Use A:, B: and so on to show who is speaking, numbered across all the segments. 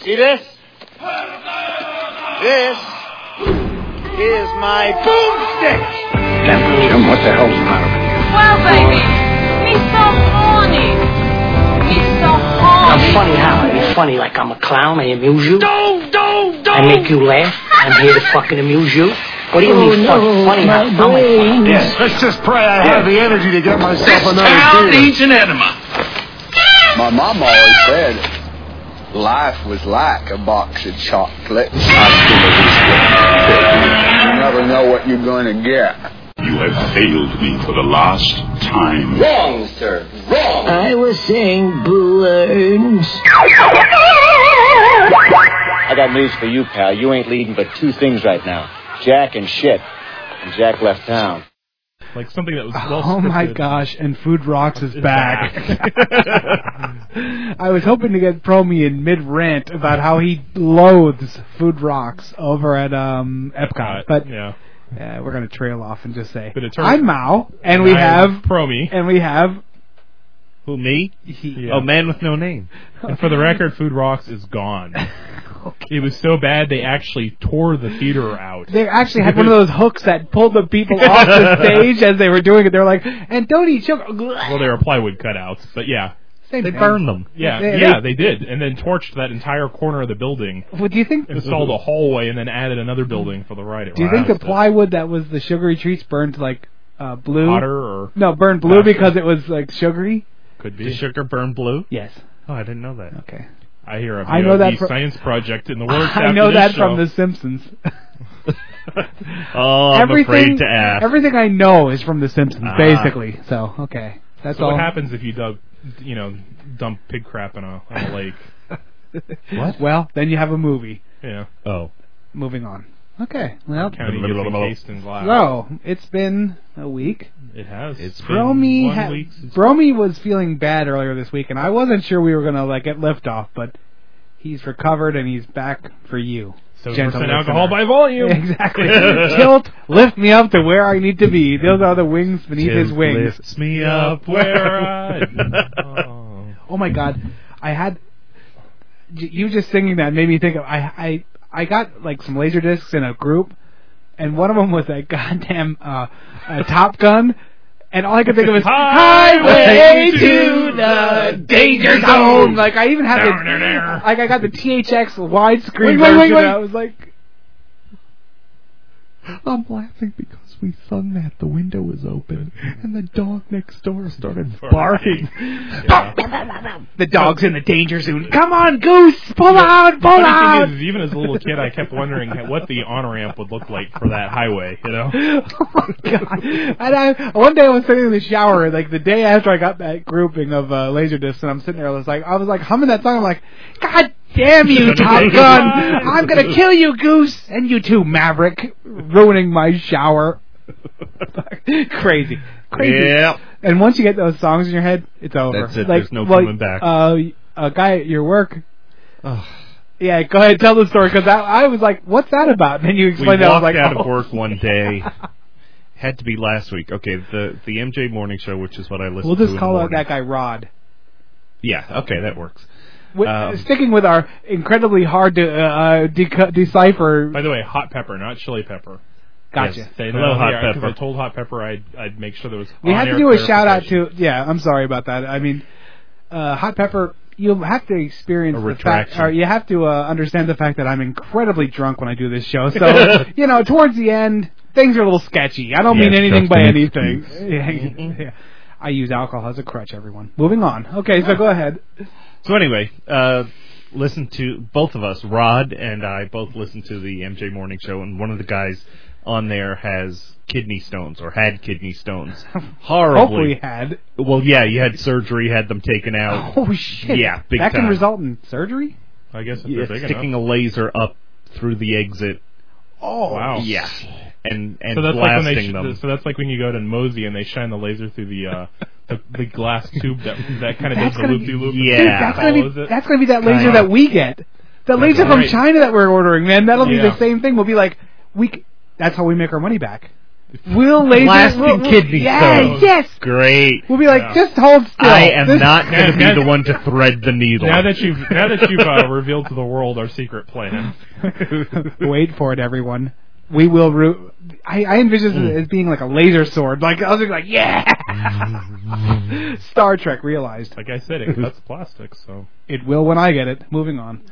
A: See this? This is my boomstick.
B: Jim, what the hell's the matter with you?
C: Well, baby, me so horny. Me so
D: I'm
C: horny.
D: funny how? I be funny like I'm a clown. I amuse you.
A: Don't, don't,
D: I make you laugh. I'm here to fucking amuse you. What do you mean fuck- funny how? I'm a funny.
B: Yes. Let's just pray I
E: have
B: the energy to get myself
E: an enema.
B: My mom always said life was like a box of chocolates. You never know what you're going to get.
E: You have failed me for the last time.
B: Wrong, sir. Wrong.
D: I was saying balloons.
A: I got news for you, pal. You ain't leading but two things right now Jack and shit. And Jack left town.
F: Like something that was well
G: Oh my
F: scripted.
G: gosh! And Food Rocks is
F: It's
G: back. I was hoping to get Promi in mid rant about how he loathes Food Rocks over at um, Epcot, but
F: yeah,
G: uh, we're gonna trail off and just say
F: But it turns-
G: I'm Mao, and we
F: I am
G: have
F: Promi.
G: and we have
H: Who me?
G: he.
F: Yeah.
H: A man with no name.
F: And for the record, Food Rocks is gone. It was so bad they actually tore the theater out.
G: They actually had one of those hooks that pulled the people off the stage as they were doing it. They're like, and don't eat sugar.
F: Well, they were plywood cutouts, but yeah,
G: Same
H: They
G: thing.
H: burned them.
F: yeah,
G: They-
F: yeah, they did, and then torched that entire corner of the building,
G: Well, do you think?
F: installed a hallway, and then added another building for the ride.
G: Do you think the plywood that was the sugary treats burned like uh, blue?
F: hotter or
G: No, burned blue
F: Faster.
G: because it was like sugary.
F: could
H: Did
F: be?
H: sugar burn blue?
G: Yes.
H: Oh, I didn't know that.
G: Okay.
F: I hear a
G: I know
F: VOD
G: that fro-
F: science project in the works.
G: I
F: after
G: know
F: this
G: that
F: show.
G: from The Simpsons.
H: Oh, I'm afraid
G: everything,
H: to ask.
G: everything I know is from The Simpsons,
H: Ah.
G: basically. So okay, that's
F: So
G: all.
F: what happens if you dump, you know, dump pig crap in a, on a lake?
H: What?
G: Well, then you have a movie.
F: You know,
H: Oh.
G: Moving on. Okay. Well,
F: county gets encased in glass.
G: so it's been a week.
F: It has.
H: It's
F: been
G: Bromy
F: one
G: ha-
F: week since-
G: Bromy was feeling bad earlier this week, and I wasn't sure we were gonna like get liftoff, but he's recovered and he's back for you.
F: seven
G: gentle
F: percent alcohol
G: listener.
F: by volume.
G: Exactly. Tilt, lift me up to where I need to be. Those are the wings beneath his
H: Tim
G: wings.
H: lifts me
F: Up
H: up
F: where I. Oh.
G: Oh my god, I had j- you just singing that made me think of I I I got like some laser discs in a group, and one of them was that goddamn uh, uh, Top Gun. And all I could think of is
F: Highway
G: Highway to the Danger Zone. Like I even had
F: Down in
G: the
F: there.
G: like I got the THX
H: Wait, wait,
G: widescreen version.
H: wait, wait.
G: I was like,
H: I'm laughing because we sung that. The window was open, and the dog next door started
F: barking.
G: the dog's in the danger zone. Come on, goose, pull out, pull
F: Funny
G: out.
F: thing is, even as a little kid, I kept wondering what the on ramp would look like for that highway. You know,
G: oh my god! And I one day I was sitting in the shower, like the day after I got that grouping of uh, laser discs, and I'm sitting there, I was like, I was like humming that song. I'm like, God damn you, Top Gun! I'm gonna kill you, Goose, and you too, Maverick, ruining my shower. crazy, crazy.
H: Yep.
G: And once you get those songs in your head, it's over.
H: That's it,
G: Like,
H: there's no
G: well,
H: coming back.
G: Uh, a guy at your work.
H: Ugh.
G: Yeah, go ahead, tell the story because I, I was like, "What's that about?" And then you
H: We
G: explained
H: walked
G: it. I was like,
H: out
G: oh.
H: of work one day. Had to be last week. Okay, the the MJ Morning Show, which is what I listen
G: We'll
H: to.
G: just
H: in
G: call
H: the
G: out
H: morning.
G: that guy Rod.
H: Yeah. Okay, that works.
G: With,
H: Um,
G: sticking with our incredibly hard to uh, uh, deco- decipher.
F: by the way, hot pepper, not chili pepper.
G: Gotcha.
H: yes.
F: They
H: Hello, Hot
F: yeah, 'cause
H: Pepper.
F: I told hot pepper I'd I'd make sure there was.
G: We have
F: on-air
G: to do a shout out
F: clarification.
G: to. Yeah, I'm sorry about that. I mean, uh, hot pepper. You'll have to experience
H: A
G: the fact,
H: retraction.
G: or you have to uh, understand the fact that I'm incredibly drunk when I do this show. So you know, towards the end, things are a little sketchy. I don't
H: Yes,
G: mean anything
H: just
G: by
H: an
G: anything. Yeah, yeah. I use alcohol as a crutch. Everyone, moving on. Okay, so go ahead.
H: So anyway, uh, listen to both of us, Rod and I, both listen to the MJ Morning Show, and one of the guys on there has kidney stones or had kidney stones. Horribly.
G: Hopefully, had.
H: Well, yeah, you had surgery, had them taken out.
G: Oh shit!
H: Yeah, big
G: that can
H: time.
G: result in surgery.
F: I guess if
H: Yeah,
F: they're big
H: sticking
F: enough.
H: a laser up through the exit.
G: Oh
F: Wow.
H: Yeah. And and
F: So that's like when
H: blasting
F: they sh-
H: them.
F: so that's like when you go to Mosey and they shine the laser through the uh, the, the glass tube that that kind of
G: That's
F: does the
G: gonna
F: loop de loop.
H: be-
G: Dude,
H: Yeah.
G: that's gonna
F: Follows
G: be
F: it.
G: that's gonna be that laser
H: Kinda.
G: that we get. The laser from
F: right.
G: China that we're ordering, man. That'll be
F: Yeah.
G: the same thing. We'll be like, we. c- That's how we make our money back. We'll laser
H: Blasting
G: we'll, we'll-
H: kidney
G: yeah,
H: stones.
G: Yes,
H: Great.
G: We'll be like,
F: Yeah.
G: just hold still.
H: I am
G: This-
H: not going to
F: Now-
H: be the
F: now-
H: one to thread the needle.
F: Now that you've now that you've uh, revealed to the world our secret plan,
G: Wait for it, everyone. We will. Ru- I, I envision this
H: Mm.
G: as being like a laser sword. Like I was like, yeah. Star Trek realized
F: like I said, it cuts plastic. So,
G: it will when I get it. Moving on.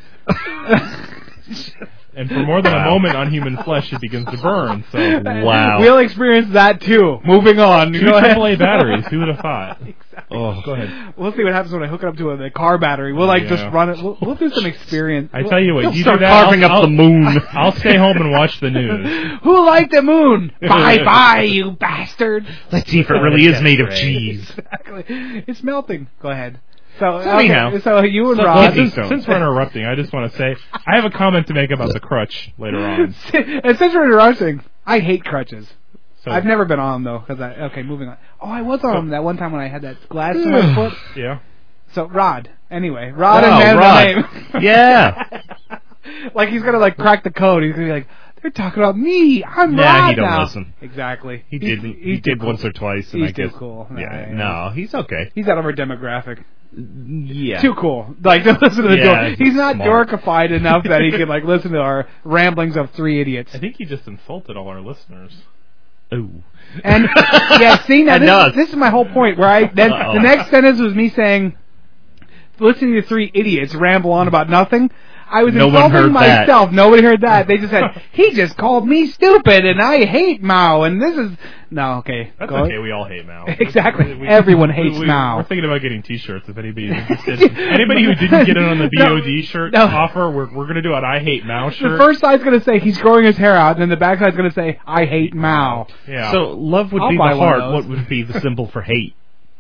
F: and for more than a
H: Wow.
F: moment on human flesh, it begins to burn. So,
H: Wow.
G: We'll experience that too. Moving on.
F: two
G: Go ahead.
F: AAA batteries. Who would have thought?
H: oh.
F: Go ahead.
G: We'll see what happens when I hook it up to a, the car battery. We'll like just
F: Yeah.
G: run it. We'll, we'll do some experience.
F: I tell you what,
G: We'll
F: you
G: start
F: do that,
H: carving
F: I'll-
H: up the
F: I'll-
H: moon.
F: I'll stay home and watch the news.
G: Who liked the moon? bye bye, you bastard.
H: Let's see if it really is made of cheese.
G: Exactly. It's melting. Go ahead. So,
H: anyhow.
G: okay, so you and
H: So-
F: Well,
G: Rod.
H: Kidney
F: since,
H: stones.
F: since we're interrupting, I just want to say I have a comment to make about the crutch later on.
G: and since we're interrupting, I hate crutches.
F: So,
G: I've never been on them though, because I okay, moving on. Oh, I was on them that one time when I had that glass in my foot.
F: yeah.
G: So Rod, anyway, Rod
H: Wow,
G: and man's
H: Oh, Rod.
G: name.
H: Yeah.
G: like he's gonna like crack the code. He's gonna be like, they're talking about me. I'm
H: Nah,
G: Rod
H: he don't
G: now.
H: listen.
G: Exactly.
H: He
G: He's-
H: didn't. He
G: he's
H: did
G: too
H: once
G: cool.
H: or twice, and
G: He's
H: I
G: too
H: guess.
G: cool. Nah,
H: Yeah.
G: yeah.
H: No, he's okay.
G: He's out of our demographic.
H: Yeah.
G: too cool. Like to listen to the
H: Yeah,
G: dork. He's not
H: smart.
G: dorkified enough that he can like listen to our ramblings of three idiots.
F: I think he just insulted all our listeners.
H: Ooh.
G: And yeah, see now this,
H: Enough.
G: is- this is my whole point. Where I then
H: Uh-oh.
G: the next sentence was me saying, listening to three idiots ramble on about nothing. I was
H: No one
G: insulting
H: heard that.
G: myself. Nobody heard that. They just said he just called me stupid, and I hate Mao. And this is no okay.
F: That's
G: go-
F: okay. We all hate Mao.
G: Exactly. Everyone hates Mao.
F: We're thinking about getting T-shirts. If anybody's interested, anybody who didn't get in on the
G: No,
F: BOD shirt
G: no.
F: offer, we're we're gonna do an I hate Mao shirt.
G: The first side's gonna say he's growing his hair out, and then the back side's gonna say I hate Mao.
F: yeah.
H: So love would
G: I'll
H: be the
G: buy one of
H: heart.
G: those.
H: What would be the symbol for hate?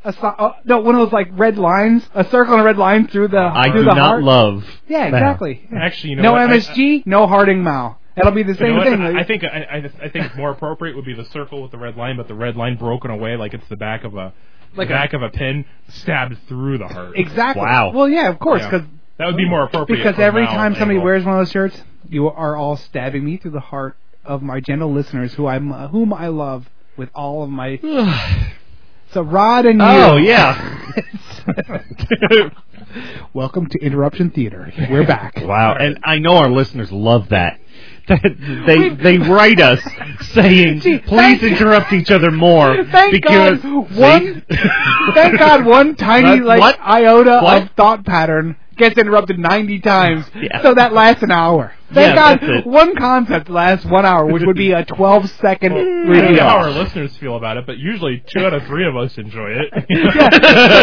G: A si- uh, no, one of those like red lines, a circle and a red line through the
H: I do
G: through the
H: not
G: heart.
H: love.
G: yeah,
H: Mao.
G: exactly.
F: actually, you know,
G: no
F: what? I-
G: MSG, no Harding Mao. It'll be the
F: You
G: same
F: know
G: thing.
F: what? I I think I, I, I think more appropriate would be the circle with the red line, but the red line broken away like it's the back of a
G: Like a-
F: like the back of a pin stabbed through the heart.
G: exactly.
H: Wow.
G: Well, yeah, of course,
F: Yeah.
G: because
F: That would be more appropriate.
G: because
F: for
G: every
F: Mao
G: time somebody
F: angle.
G: wears one of those shirts, you are all stabbing me through the heart of my gentle listeners, who I'm uh, whom I love with all of my. so Rod and you.
H: Oh yeah.
G: Welcome to Interruption Theater. We're back.
H: wow. And I know our listeners love that. they they write us saying
G: Gee,
H: please
G: thank-
H: interrupt each other more
G: Thank
H: because
G: God, one-
H: See?
G: Thank God one tiny
H: What?
G: like
H: What?
G: iota
H: What?
G: of thought pattern gets interrupted 90 times.
H: Yeah.
G: So that lasts an hour. Thank
H: Yeah,
G: God
H: that's it.
G: one concept lasts one hour, which would be a 12 second
F: I don't
G: review.
F: know how our listeners feel about it, but usually two out of three of us enjoy it.
G: Yeah,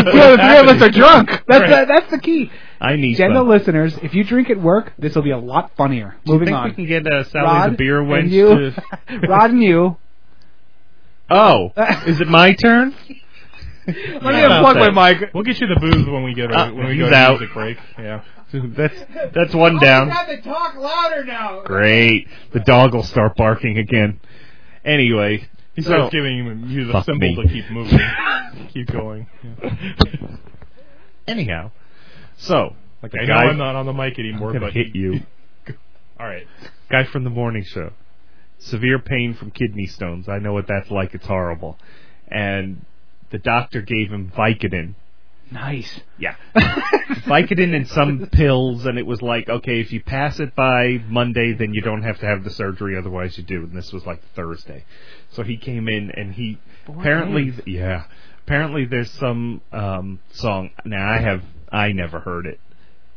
G: two out of three of us are drunk. That's
F: Right.
G: the, that's the key.
H: I need
G: Gentle
H: some.
G: listeners, if you drink at work, this will be a lot funnier.
H: I
G: Moving
H: think we
G: on.
H: can get uh, Sally
G: Rod
H: the beer wench
G: and you,
H: to
G: Rod and you.
H: Oh,
G: Uh,
H: is it my turn?
G: Let
F: Yeah.
G: me unplug my mic.
F: We'll get you the booze when we get
H: Uh,
F: when we go
H: he's
F: to
H: out.
F: music break. Yeah.
H: That's that's
G: Oh,
H: one down.
G: to talk louder now.
H: Great. The dog will start barking again. Anyway,
F: He
H: so
F: starts giving you the
H: Fuck
F: symbol
H: me.
F: to keep moving, keep going. Yeah.
H: anyhow, so like
F: I know I'm not on the mic anymore,
H: I'm gonna
F: but
H: hit you.
F: All right.
H: guy from the morning show. Severe pain from kidney stones. I know what that's like. It's horrible. And the doctor gave him Vicodin.
G: Nice.
H: Yeah. Vicodin and some pills, and it was like, okay, if you pass it by Monday, then you don't have to have the surgery, otherwise you do. And this was like Thursday. So he came in and he apparently, yeah, apparently there's some um, song. Now I have, I never heard it,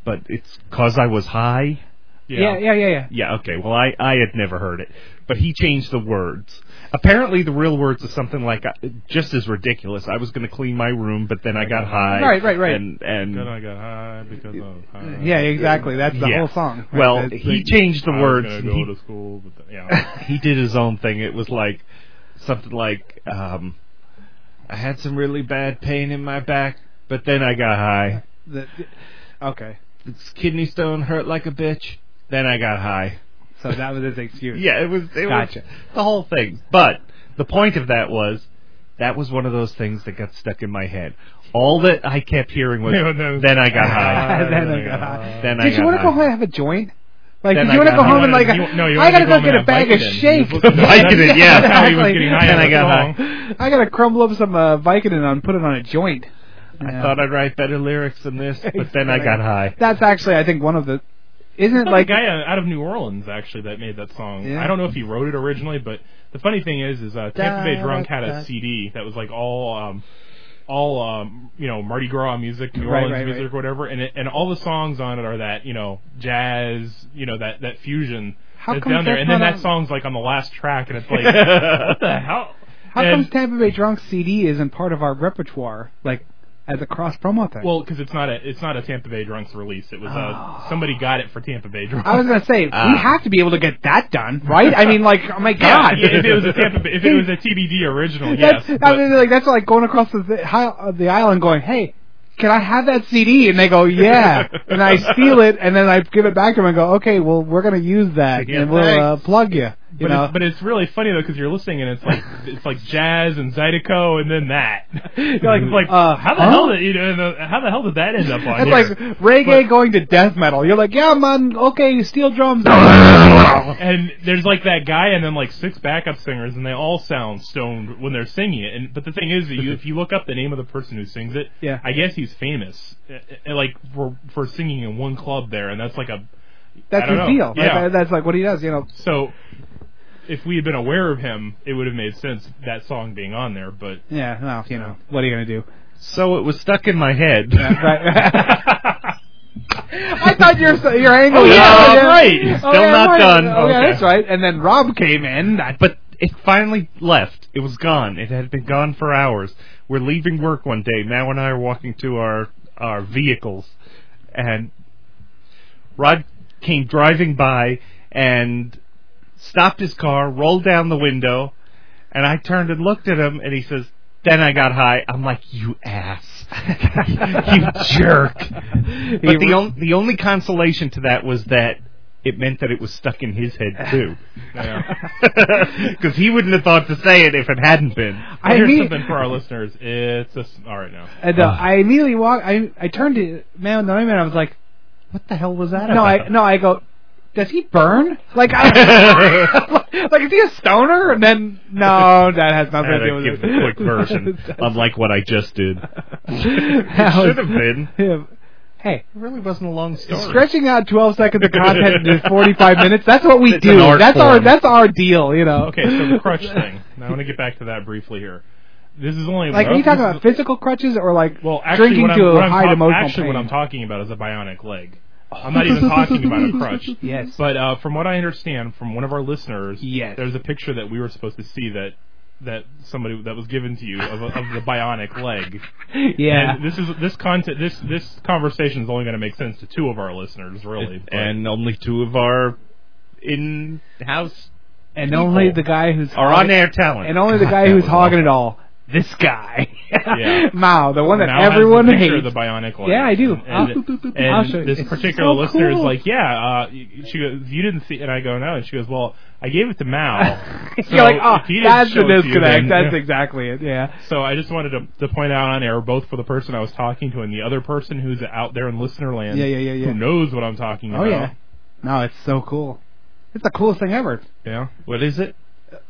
H: but it's cause I was high.
G: Yeah, yeah, yeah, yeah.
H: Yeah, okay. Well, I, I had never heard it, but he changed the words. Apparently, the real words is something like uh, just as ridiculous. I was going to clean my room, but then I got high.
G: Right, right, right.
H: And and
F: Then I got high because of high.
G: Yeah, exactly. That's the
H: Yeah.
G: whole song.
H: Well,
G: That's
H: he
G: the-
H: changed the
F: I was
H: words.
F: gonna
H: and
F: go
H: he,
F: to school, but yeah.
H: he did his own thing. It was like something like um, I had some really bad pain in my back, but then I got high.
G: the, okay.
H: This kidney stone hurt like a bitch. Then I got high.
G: So that was his excuse.
H: Yeah, it was. It
G: Gotcha.
H: was the whole thing. But the point of that was that was one of those things that got stuck in my head. All that I kept hearing was,
F: Yeah, that was-
H: "Then I got
G: then
H: high."
G: I got
H: Then I
G: Did you
H: got
G: want to go
H: high.
G: home and have a joint? Like,
H: Then
G: did you
H: I
G: want to
H: got
G: go
H: home
G: home
H: and
G: and like,
H: I- you- no, you wanted
G: I gotta
H: to
G: go
H: go home
G: get
H: and
G: a
H: I
G: bag
H: biked
G: of
H: it.
G: shake.
H: You biked it, yeah.
F: That's how he was getting high
H: Then I
F: all
H: got
F: along.
G: I gotta crumble up some uh, Vicodin and put it on a joint.
H: I
G: Yeah.
H: thought I'd write better lyrics than this, but then I got high.
G: That's actually, I think, one of the. Isn't it like?
F: like a guy uh, out of New Orleans actually that made that song.
G: Yeah.
F: I don't know if he wrote it originally, but the funny thing is, is uh, Tampa Bay
G: Da,
F: Drunk
G: da,
F: had
G: da.
F: a CD that was like all, um, all um, you know, Mardi Gras music, New
G: Right,
F: Orleans
G: right,
F: music,
G: right.
F: whatever, and it, and all the songs on it are that you know jazz, you know that that fusion
G: How
F: that's
G: come
F: down there,
G: that's
F: and then
G: not
F: that
G: on-
F: song's like on the last track, and it's like what the hell?
G: How
F: and,
G: comes Tampa Bay Drunk CD isn't part of our repertoire, like as a cross promo thing?
F: Well, because it's not a it's not a Tampa Bay Drunks release. It was uh, somebody got it for Tampa Bay Drunks.
G: Oh. I was gonna say
H: uh,
G: we have to be able to get that done, right? I mean, like, oh my
F: Yeah,
G: god,
F: if it was a Tampa Bay, if it was a TBD original, yes.
G: that's, I
F: but-
G: mean, like that's like going across the th- hi- uh, the aisle and going, hey. Can I have that CD? And they go, yeah. and I steal it, and then I give it back to them and go, okay, well, we're gonna use that,
H: Yeah,
G: and we'll uh, plug you. You
F: but,
G: know,
F: it's, but it's really funny though because you're listening and it's like it's like jazz and Zydeco and then that. you're like, like
G: Uh,
F: how the
G: huh?
F: hell did you know the- how the hell did that end up on
G: That's
F: here?
G: like reggae going to death metal. You're like, yeah, man, okay, steel drums.
F: and there's like that guy and then like six backup singers and they all sound stoned when they're singing it. And but the thing is that you, if you look up the name of the person who sings it,
G: Yeah.
F: I guess he's famous, uh, uh, like for for singing in one club there, and that's like a
G: That's
F: I don't
G: his
F: know.
G: deal. Like,
F: Yeah.
G: that- that's like what he does. You know,
F: so. If we had been aware of him, it would have made sense that song being on there. But
G: yeah. No, you know, what are you gonna do?
H: So it was stuck in my head.
G: Right. I thought your your angle.
H: Oh,
G: was-
H: yeah,
G: oh,
H: right.
G: Oh,
H: Still
G: yeah,
H: not
G: right.
H: done.
G: Oh, yeah,
H: Okay.
G: that's right. And then Rob came in. That-
H: But it finally left. It was gone. It had been gone for hours. We're leaving work one day. Now and I are walking to our our vehicles, and Rod came driving by and stopped his car, rolled down the window, and I turned and looked at him, and he says. Then I got high. I'm like, you ass, you jerk. But the, on- the only consolation to that was that it meant that it was stuck in his head too. Because he wouldn't have thought to say it if it hadn't been.
G: I
F: Here's
G: mean-
F: something for our listeners. It's a s all right now.
G: And, uh, I immediately walked. I I turned to man, no man. I was like,
H: What the hell was that
G: no, I no, I go. Does he burn? Like, I, like is he a stoner? And then no, that has nothing to do with
H: give
G: it.
H: the quick version,
F: Um,
H: unlike what I just did.
G: That
H: It should
G: was-
H: have been.
G: Yeah. Hey,
H: It really wasn't a long story.
G: stretching out 12 seconds of content into 45 minutes, that's what we
H: It's
G: do.
H: an art
G: That's our
H: form.
G: that's our deal, you know.
F: Okay, so the crutch thing. Now I want to get back to that briefly here. This is only
G: Like, are you
F: this
G: talking
F: is-
G: about physical crutches or like
F: well, actually,
G: drinking
F: what I'm,
G: to
F: what
G: a
F: I'm
G: high
F: talk-
G: emotional
F: Actually, what
G: pain?
F: I'm talking about is a bionic leg. I'm not even talking about a crutch.
G: Yes.
F: But uh, from what I understand from one of our listeners,
G: Yes.
F: there's a picture that we were supposed to see that that somebody that was given to you of, a, of the bionic leg.
G: yeah.
F: And this is this content this this conversation is only going to make sense to two of our listeners really. but-
H: And only two of our in-house
G: And only
H: people
G: the guy who's
H: are
G: hogging-
H: on-air talent.
G: And only the
H: God,
G: guy
H: that
G: who's
H: was
G: hogging
H: awful.
G: it all. This guy.
F: Yeah.
G: Mao, the one that
F: Mal has the
G: everyone
F: picture
G: hates.
F: of the bionic leg.
G: Yeah, I do. I'll-
F: And, and
G: I'll show you.
F: this
G: It's
F: particular
G: so
F: listener is
G: cool.
F: like, "Yeah," uh, she goes, "You didn't see," and I go, "No," and she goes, "Well, I gave it to Mal." So
G: You're like, oh,
F: if he didn't
G: that's
F: show
G: the
F: it to you,
G: disconnect.
F: then-
G: that's exactly it. Yeah.
F: So I just wanted to, to point out on air, both for the person I was talking to and the other person who's out there in listener land,
G: Yeah, yeah, yeah, yeah.
F: who knows what I'm talking
G: Oh
F: about.
G: yeah. No, it's so cool. It's the coolest thing ever.
F: yeah.
H: What is it?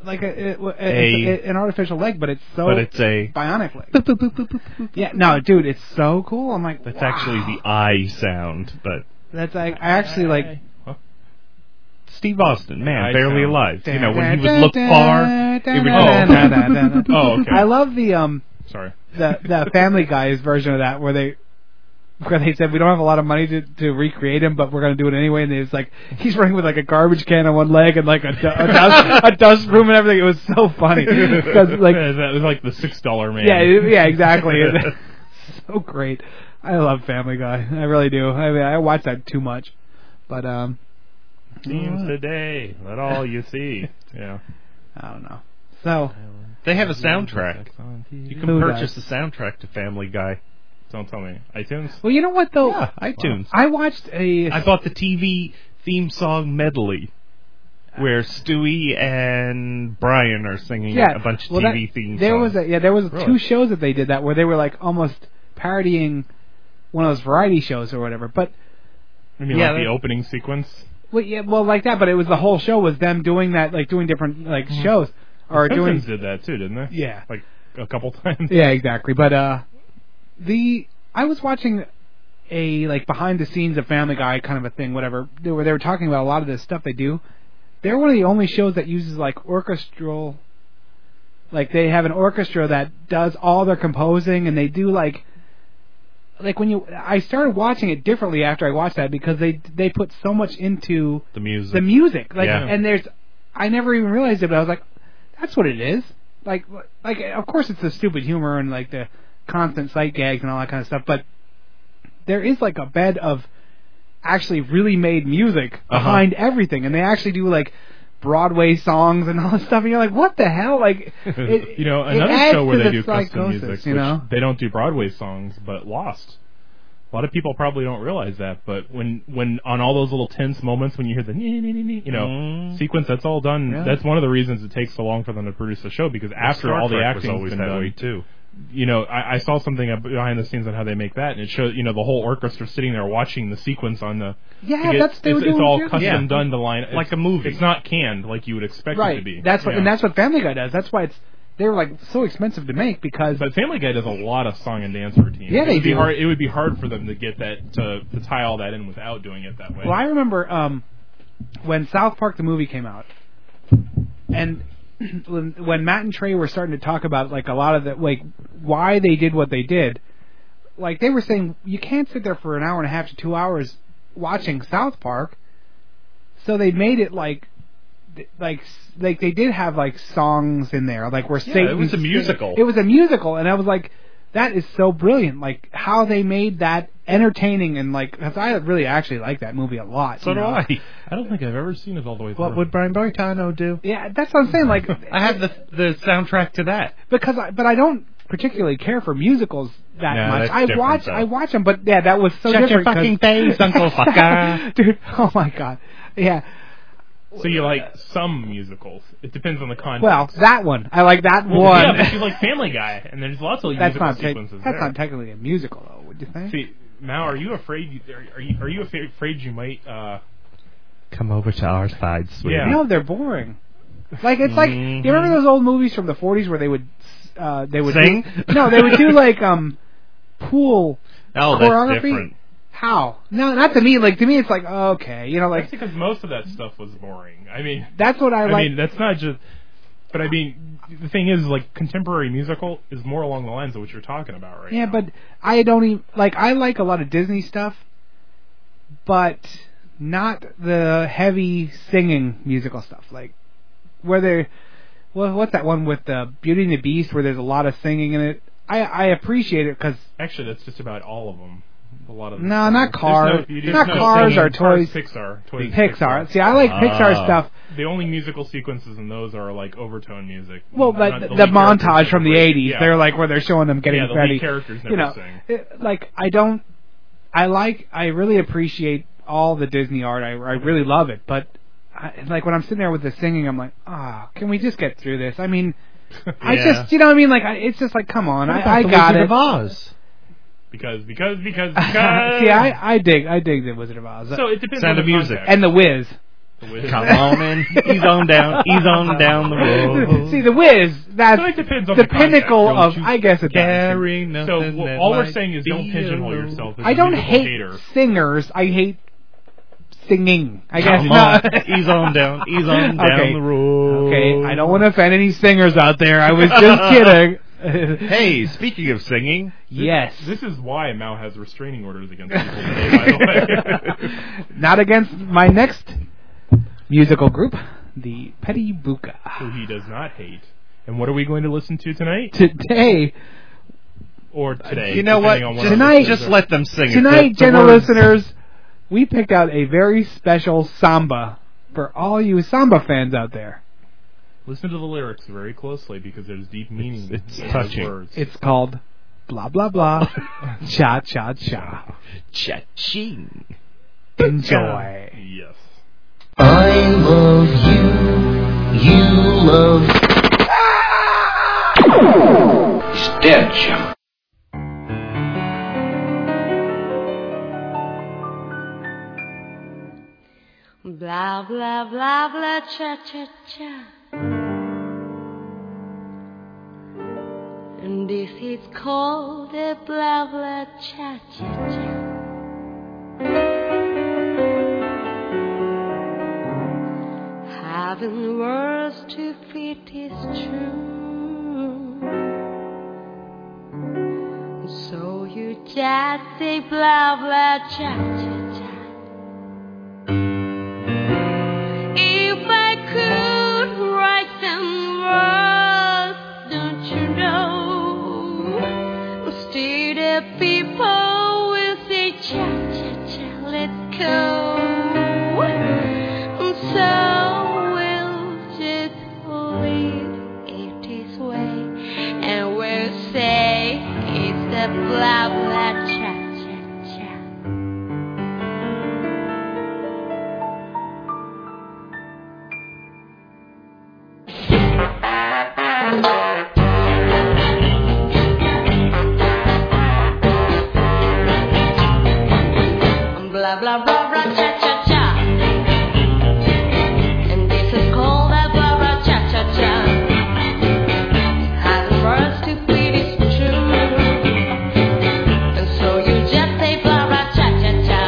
G: Like a, it- it's
H: A-
G: a- an artificial leg, but it's so
H: But it's a.
G: bionic leg. Yeah, no, dude, it's so cool. I'm like,
H: That's
G: wow.
H: actually the I sound, but
G: that's I, I actually like.
H: Steve Austin, man,
F: I
H: barely
F: sound.
H: alive. You know, when he would look far, it would
G: Oh.
F: Oh, okay.
G: I love the um
F: Sorry.
G: the the Family Guy's version of that where they. Where they said we don't have a lot of money to, to recreate him, but we're gonna do it anyway. And it's like he's running with like a garbage can on one leg and like a, du- a dust a dust room and everything. It was so funny because like
F: Yeah, that was like the six dollar man.
G: Yeah, it- yeah, exactly. so great. I love Family Guy. I really do. I mean, I watch that too much. But um,
F: Seems today that all you see. Yeah.
G: I don't know. So
H: They have a soundtrack. You can
G: Who
H: purchase
G: does?
H: the soundtrack to Family Guy.
F: Don't tell me iTunes.
G: well, you know what though?
H: Yeah, iTunes.
G: I watched a
H: I bought the TV theme song medley, where Stewie and Brian are singing
G: Ah. yeah
H: a bunch of
G: well,
H: TV
G: that-
H: theme
G: There
H: songs.
G: was a, yeah there was
H: Really?
G: two shows that they did that where they were like almost parodying one of those variety shows or whatever. But
F: I mean,
H: Yeah,
F: like
H: that-
F: the opening sequence.
G: Well, yeah, well, like that, but it was the whole show was them doing that, like doing different like
H: Mm-hmm.
G: shows or doing.
F: Simpsons did that too, didn't they?
G: Yeah.
F: Like a couple times.
G: Yeah, exactly. But uh, the I was watching a like behind the scenes of Family Guy kind of a thing, whatever. They were they were talking about a lot of this stuff they do. They're one of the only shows that uses like orchestral, like they have an orchestra that does all their composing, and they do like. Like when you, I started watching it differently after I watched that because they they put so much into
H: The music.
G: the music. Like,
H: Yeah.
G: and there's, I never even realized it, but I was like, that's what it is. Like, like of course it's the stupid humor and like the constant sight gags and all that kind of stuff, but there is like a bed of actually really made music
F: Uh-huh.
G: behind everything, and they actually do like. Broadway songs and all this stuff, and you're like, "What the hell?" Like, it,
F: you know,
G: it
F: another
G: adds
F: show where
G: to
F: they
G: the
F: do custom
G: psychosis,
F: music,
G: You
F: which
G: know,
F: they don't do Broadway songs, but Lost. A lot of people probably don't realize that, but when when on all those little tense moments when you hear the nee, nee, nee, nee, you know
G: Mm-hmm.
H: Mm.
F: sequence, that's all done.
G: Really?
F: That's one of the reasons it takes so long for them to produce the show because after
H: Star
F: all the
H: Trek was
F: acting's
H: always
F: been
H: that
F: done,
H: way too.
F: you know, I, I saw something up behind the scenes on how they make that, and it showed you know the whole orchestra sitting there watching the sequence on the.
G: yeah,
F: to get-
G: that's they
F: it's,
G: were doing
F: it's all
G: too.
F: custom
H: Yeah.
F: done to line
H: Like
F: it's-
H: a movie.
F: It's not canned like you would expect it to be.
G: right. That's what,
F: Yeah.
G: and that's what Family Guy does. That's why it's they were like so expensive to make because
F: But Family Guy does a lot of song and dance routines.
G: Yeah,
F: it
G: they
F: would Be
G: do.
F: hard, it would be hard for them to get that to, to tie all that in without doing it that way.
G: Well, I remember um, when South Park the movie came out, and when when Matt and Trey were starting to talk about like a lot of the like why they did what they did, like they were saying you can't sit there for an hour and a half to two hours watching South Park, so they made it like. th- Like s- like they did have like songs in there like where Satan
H: it was a musical.
G: it was a musical and I was like that is so brilliant like how they made that entertaining and like because I really actually like that movie a lot
H: So
G: you
H: do
G: know?
H: I.
F: I don't think I've ever seen it all the way through.
H: Brian Boitano do?
G: Yeah, that's what I'm saying. Like,
H: I have the the soundtrack to that.
G: because I, but I don't particularly care for musicals that
H: No,
G: much.
H: that's
G: I
H: different,
G: watch,
H: though.
G: I watch them, but yeah, that was so
H: Shut your
G: different 'cause-
H: fucking face, Uncle Fucker.
G: dude. Oh my god, yeah.
F: so you like some musicals? It depends on the context.
G: Well, that one, I like that
F: Well,
G: one.
F: Yeah, but you like Family Guy, and there's lots of
G: that's
F: musical
G: not tec-
F: sequences
G: that's
F: there.
G: not technically a musical though. Would you think?
F: See, Mal, are you afraid? You, are, are you are you affa- afraid you might? Uh,
H: Come over to our side, sweetie.
F: Yeah.
G: No, they're boring. Like it's like
H: Mm-hmm.
G: you remember those old movies from the 40s where they would uh, they would
H: Sing?
G: Do, no, they would do like um pool
H: Oh,
G: Choreography?
H: that's different.
G: how no not to me like to me it's like okay you know like
F: that's because most of that stuff was boring. I mean,
G: that's what I
F: I
G: like.
F: mean that's not just. But I mean, the thing is, like contemporary musical is more along the lines of what you're talking about, right?
G: Yeah,
F: now.
G: but I don't even like. I like a lot of Disney stuff, but not the heavy singing musical stuff. Like where they, well, what's that one with the Beauty and the Beast where there's a lot of singing in it? I I appreciate it because
F: Actually, that's just about all of them. A lot of them.
G: No, not
F: There's
G: Cars.
F: no- you- there's
G: Not
F: no
G: Cars
F: singing.
G: or
F: Cars,
G: Toys.
F: Pixar. Toys.
G: Pixar. See, I like Pixar
H: Ah.
G: stuff.
F: The only musical sequences in those are like overtone music.
G: Well,
F: Not
G: but the,
F: lead
G: montage
F: characters
G: from the
F: never-
G: '80s,
F: yeah.
G: they're like where they're showing them getting
F: yeah, the
G: ready.
F: lead characters never
G: you know,
F: sing.
G: it- like I don't, I like, I really appreciate all the Disney art. I, I really love it, but I, like when I'm sitting there with the singing, I'm like, ah, can we just get through this? I mean, I
H: Yeah.
G: just, you know, what I mean, like, I, it's just like, come on, I, I got it.
H: Oz.
F: Because, because, because, because.
G: See, I, I dig, I dig the Wizard of Oz,
F: so it depends
H: Sound
F: on
H: of
F: the
H: Music.
F: context.
G: and the Wiz.
F: With-
H: Come on in. He's on down. He's on down the road.
G: See, the Wiz, that's
F: Oh. So it depends on
G: the
F: the context.
G: pinnacle
F: Don't
G: of,
F: you
G: I guess, it does.
H: Carry nothing
F: So
H: that
F: well, all we're
H: might
F: saying is don't
H: be
F: pigeonhole
H: alone.
F: yourself. As
G: I
F: a
G: don't
F: musical
G: hate
F: hater.
G: singers. I hate singing. I guess
H: Come on.
G: not.
H: He's on down. He's on down
G: Okay.
H: the road.
G: Okay, I don't want to offend any singers out there. I was just kidding.
H: Hey, speaking of singing,
G: yes.
F: This is why Mao has restraining orders against people today. By the way.
G: Not against my next musical group, the Petty Buka.
F: who he does not hate. And what are we going to listen to tonight
G: Today,
F: or today?
H: Uh, you know what?
F: depending on
H: Just,
F: our
G: Tonight-
F: listeners
H: just
F: are-
H: let them sing it.
G: tonight,
H: The- the
G: gentle
H: words-
G: listeners, we picked out a very special samba for all you samba fans out there.
F: listen to the lyrics very closely because there's deep meaning.
H: It's- it's
F: in those
H: touching.
F: Words.
G: It's called blah blah blah, cha cha cha.
H: Cha-ching.
G: Enjoy.
F: yes.
C: Blah, blah, blah, blah, cha, cha, cha. And this is called a blah, blah, cha, cha, cha. Having words to fit is true. So you just say blah, blah, cha, cha, cha. If I could write some words, don't you know? Still the people will say cha cha cha, let's go. And so we'll just leave it this way, and we'll say it's the blah blah cha cha cha. blah blah blah blah cha cha cha. And this is called a blah blah cha cha cha. How the words to fit is true. And so you just say blah blah cha cha cha.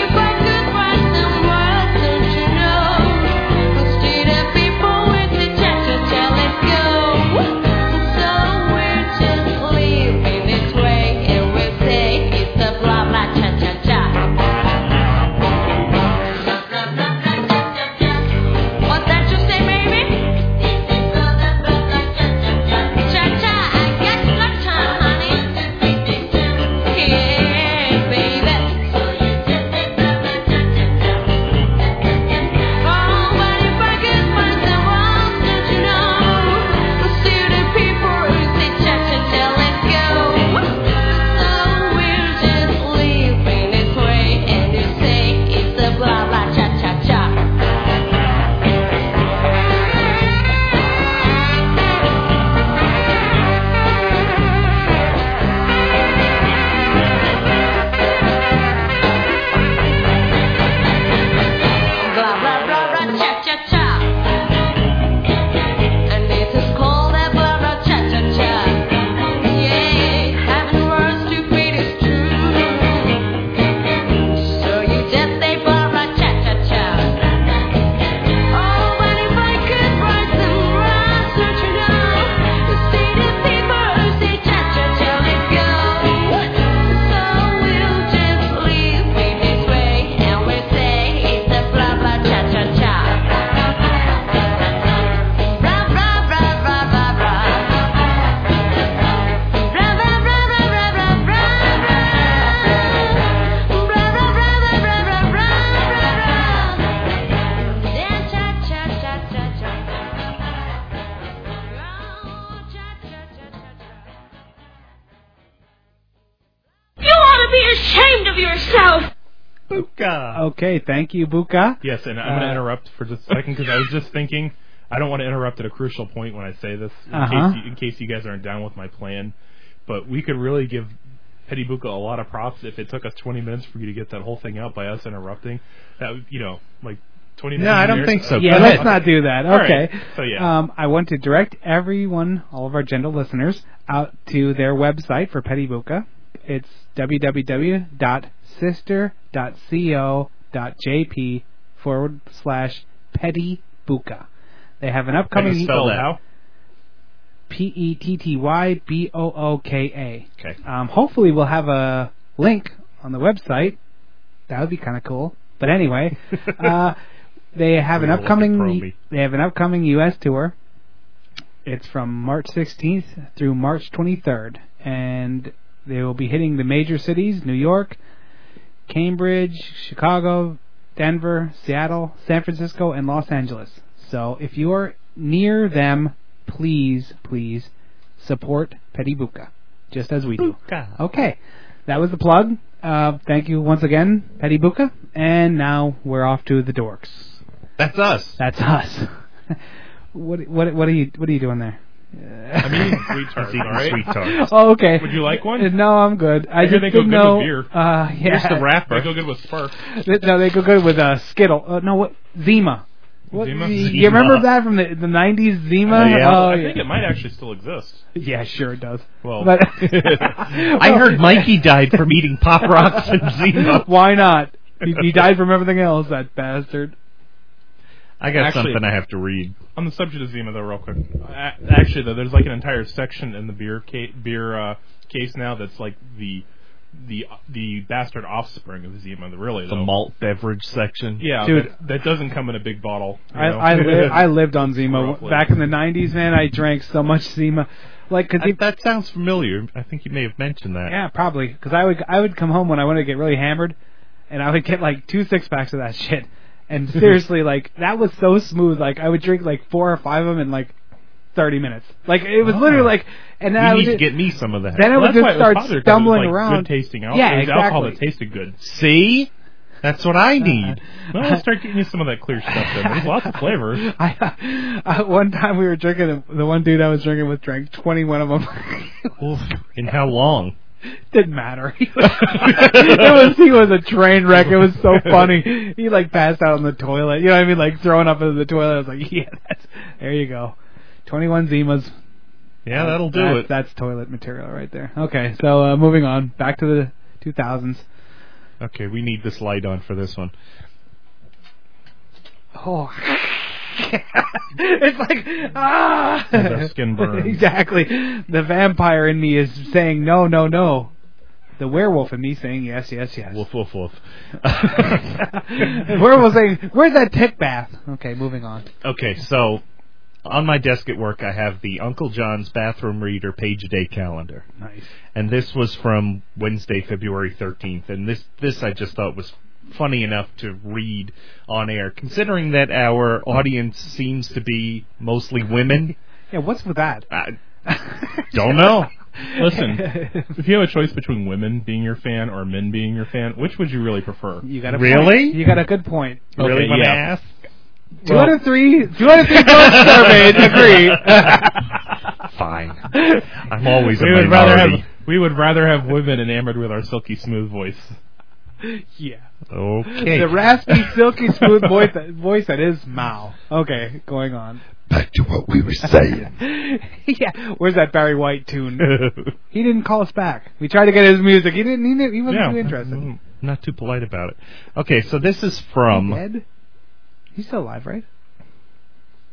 C: If I could write some words, don't you know? Instead of people with the cha cha cha, let's go. So we're just living this way, and we say it's the blah blah cha cha cha. Blah blah blah blah cha cha cha. What that you say, baby? Blah blah blah blah cha cha cha. Cha cha, I got your time, honey. Yeah, baby. So you just say blah blah cha cha cha. Oh, but if I could find the words, don't you know? Still the people who say cha cha cha, let's go. So we'll just leave in this way, and you say it's the blah blah cha cha cha. Blah blah blah blah cha cha cha. And this is called a blah blah cha cha cha. Yeah, having words to fit is true. So you just say blah blah cha cha cha. Oh, but if I could write some rhymes, don't you know? Instead of people who say cha cha cha, let's go. So we'll just leave it this way, and we say it's a blah blah cha cha cha. Blah blah blah blah blah blah. Blah blah blah blah blah blah blah. Blah blah blah blah blah blah blah. Then cha cha cha cha cha. Oh cha cha cha cha cha. You ought to be ashamed of yourself.
H: Buka.
G: Okay, thank you, Buka.
F: Yes, and I'm going
G: Uh,
F: to interrupt for just a second because I was just thinking. I don't want to interrupt at a crucial point when I say this, in,
G: Uh-huh.
F: case you, in case you guys aren't down with my plan. But we could really give Petty Buka a lot of props if it took us 20 minutes for you to get that whole thing out by us interrupting. That would- you know, like 20 minutes. Uh,
H: I
F: in
H: don't
F: there.
H: think so. Go
G: Yeah, let's
H: ahead.
G: not do that.
F: All right.
G: Okay.
F: So, yeah.
G: Um, I want to direct everyone, all of our gentle listeners, out to their website for Petty Buka. It's www.sister.co.jp forward slash Petty Buka. They have an
H: How do
G: upcoming
H: you spell that?
G: P E T T Y B O O K A.
H: Okay.
G: Um, hopefully, we'll have a link on the website. That would be kind of cool. But anyway, uh, they have an
H: We're gonna look at
G: upcoming
H: Proby.
G: they have an upcoming U.S. tour. It's from March 16th through March 23rd, and they will be hitting the major cities: New York, Cambridge, Chicago, Denver, Seattle, San Francisco, and Los Angeles. So if you are near them, please, please support Petty Buka, just as we do.
H: Buka.
G: Okay, that was the plug. Uh, thank you once again, Petty Buka. And now we're off to the dorks.
H: That's us.
G: That's us. what what what are you what are you doing there?
I: I'm eating sweet tarts,
F: Eating
I: all right?
F: sweet tarts.
G: Oh, okay.
I: Would you like one?
G: No, I'm good.
I: I
G: I
I: hear
G: just
I: they go
G: didn't
I: good with
G: know.
I: beer.
G: Uh, yeah.
F: Here's the
I: They
F: wrapper.
I: go good with Spark.
G: Th- No, they go good with uh, Skittle. Uh, no, what Zima. What,
I: Zima?
G: y- You
F: Zima.
G: remember that from the the '90s Zima?
F: Uh, yeah.
G: Oh,
I: I
G: yeah.
I: think it might actually still exist.
G: yeah, sure it does.
I: Well,
G: But
F: I heard Mikey died from eating Pop Rocks and Zima.
G: Why not? He, he died from everything else, that bastard.
F: I got
I: Actually-
F: something I have to read.
I: on the subject of Zima, though, real quick. A- Actually, though, there's like an entire section in the beer ca- beer uh, case now that's like the the the bastard offspring of Zima. The really
F: The
I: though.
F: malt beverage section.
I: Yeah,
G: Dude.
I: that, that doesn't come in a big bottle. you
G: I
I: know?
G: I, li- I lived on Zima
I: Roughly.
G: back in the '90s, man. I drank so much Zima, like because
F: That, that sounds familiar. I think you may have mentioned that.
G: Yeah, probably. Because I would I would come home when I wanted to get really hammered, and I would get like two six packs of that shit. And seriously, like that was so smooth. Like I would drink like four or five of them in like thirty minutes. Like it was literally like, and then I
F: You
G: would
F: need to
G: ju-
F: get me some of that.
G: then I
I: Well,
G: would
I: that's why it was
G: just start
I: popular, 'cause it was,
G: stumbling
I: like,
G: around.
I: Good tasting alcohol.
G: Yeah,
I: it was alcohol that
G: exactly. Uh,
I: tasted good.
F: See? That's what I need.
I: Well, let's start getting you some of that clear stuff. Then there's lots of flavors.
G: I, I, one time we were drinking, the one dude I was drinking with drank twenty one of them.
F: And how long?
G: didn't matter. He was, it was he was a train wreck. It was so funny. He like passed out on the toilet. You know what I mean? Like throwing up into the toilet. I was like, yeah, that's there you go. Twenty one Zimas.
F: Yeah, that'll do
G: That-
F: it.
G: That's toilet material right there. Okay, so uh, moving on back to the two thousands.
F: Okay, we need this light on for this one.
G: Oh. it's like ah
I: Their skin burns.
G: exactly the vampire in me is saying no no no the werewolf in me saying yes yes yes
F: Woof, woof, woof.
G: Where was I? Where's that tick bath? Okay, moving on.
F: okay, so on my desk at work, I have the Uncle John's Bathroom Reader Page a Day calendar.
G: Nice.
F: and this was from Wednesday, February 13th. And this this I just thought was funny enough to read on air, considering that our audience seems to be mostly women.
G: Yeah, what's with that?
F: I don't know.
I: Listen, if you have a choice between women being your fan or men being your fan, which would you really prefer?
G: You got a
F: Really?
G: Point. You got a good point.
F: really
I: Okay,
F: want to
I: yeah.
F: ask?
G: Two out of three. Two out of three votes surveyed agree.
F: Fine. I'm always a
I: We would rather
F: minority.
I: have we would rather have women enamored with our silky smooth voice.
G: yeah.
F: Okay.
G: The raspy, silky, smooth voice that, voice that is Mao. Okay, going on.
B: Back to what we were saying.
G: yeah. Where's that Barry White tune? he didn't call us back. We tried to get his music. He didn't. He, didn't, he wasn't
F: yeah,
G: too interested.
F: I'm Mm, not too polite about it. Okay, so this is from
G: Dead. He's still alive, right?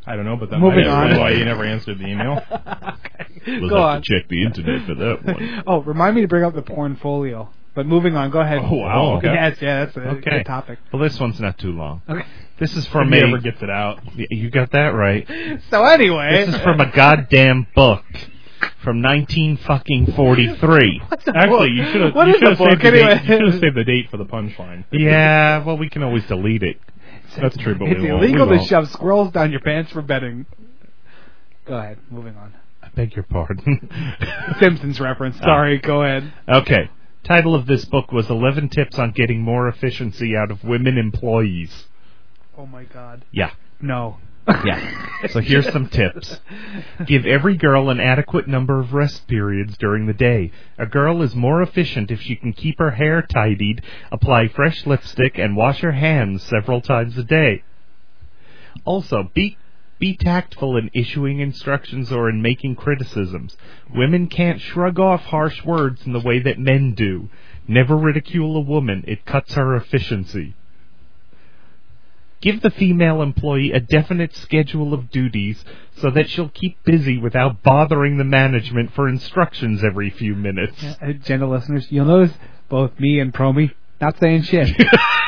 I: I don't know, but that
G: Moving
I: might
G: on.
I: explain why you never answered the email.
F: We'll
G: Go
F: have
G: on.
F: to check the internet for that one.
G: Oh, remind me to bring up the portfolio. But moving on, go ahead.
F: Oh, wow, okay.
G: Yes, yeah, that's a
F: Okay.
G: good topic.
F: Well, this one's not too long.
G: Okay.
F: This is from
I: If
F: a
I: he ever gets it out.
F: Yeah, You got that right.
G: So anyway,
F: This is from a goddamn book from 19 fucking 43.
I: Actually, you should have.
G: What
I: you
G: is
I: should
G: the
I: have saved
G: book
I: the
G: anyway?
I: date. You should have saved the date for the punchline.
F: Yeah, well, we can always delete it.
I: That's true, but
G: it's
I: we won't. We
G: illegal to
I: won't.
G: shove squirrels down your pants for betting. Go ahead. Moving on.
F: I beg your pardon.
G: Simpsons reference.
I: Oh.
G: Sorry. Go ahead.
F: okay. Title of this book was 11 Tips on Getting More Efficiency Out of Women Employees.
G: Oh my God.
F: Yeah.
G: No. Uh,
F: Yeah. So here's some tips. Give every girl an adequate number of rest periods during the day. A girl is more efficient if she can keep her hair tidied, apply fresh lipstick, and wash her hands several times a day. Also, be be tactful in issuing instructions or in making criticisms. Women can't shrug off harsh words in the way that men do. Never ridicule a woman. It cuts her efficiency. Give the female employee a definite schedule of duties so that she'll keep busy without bothering the management for instructions every few minutes.
G: Uh, Gentle listeners, you'll notice both me and Promi not saying shit,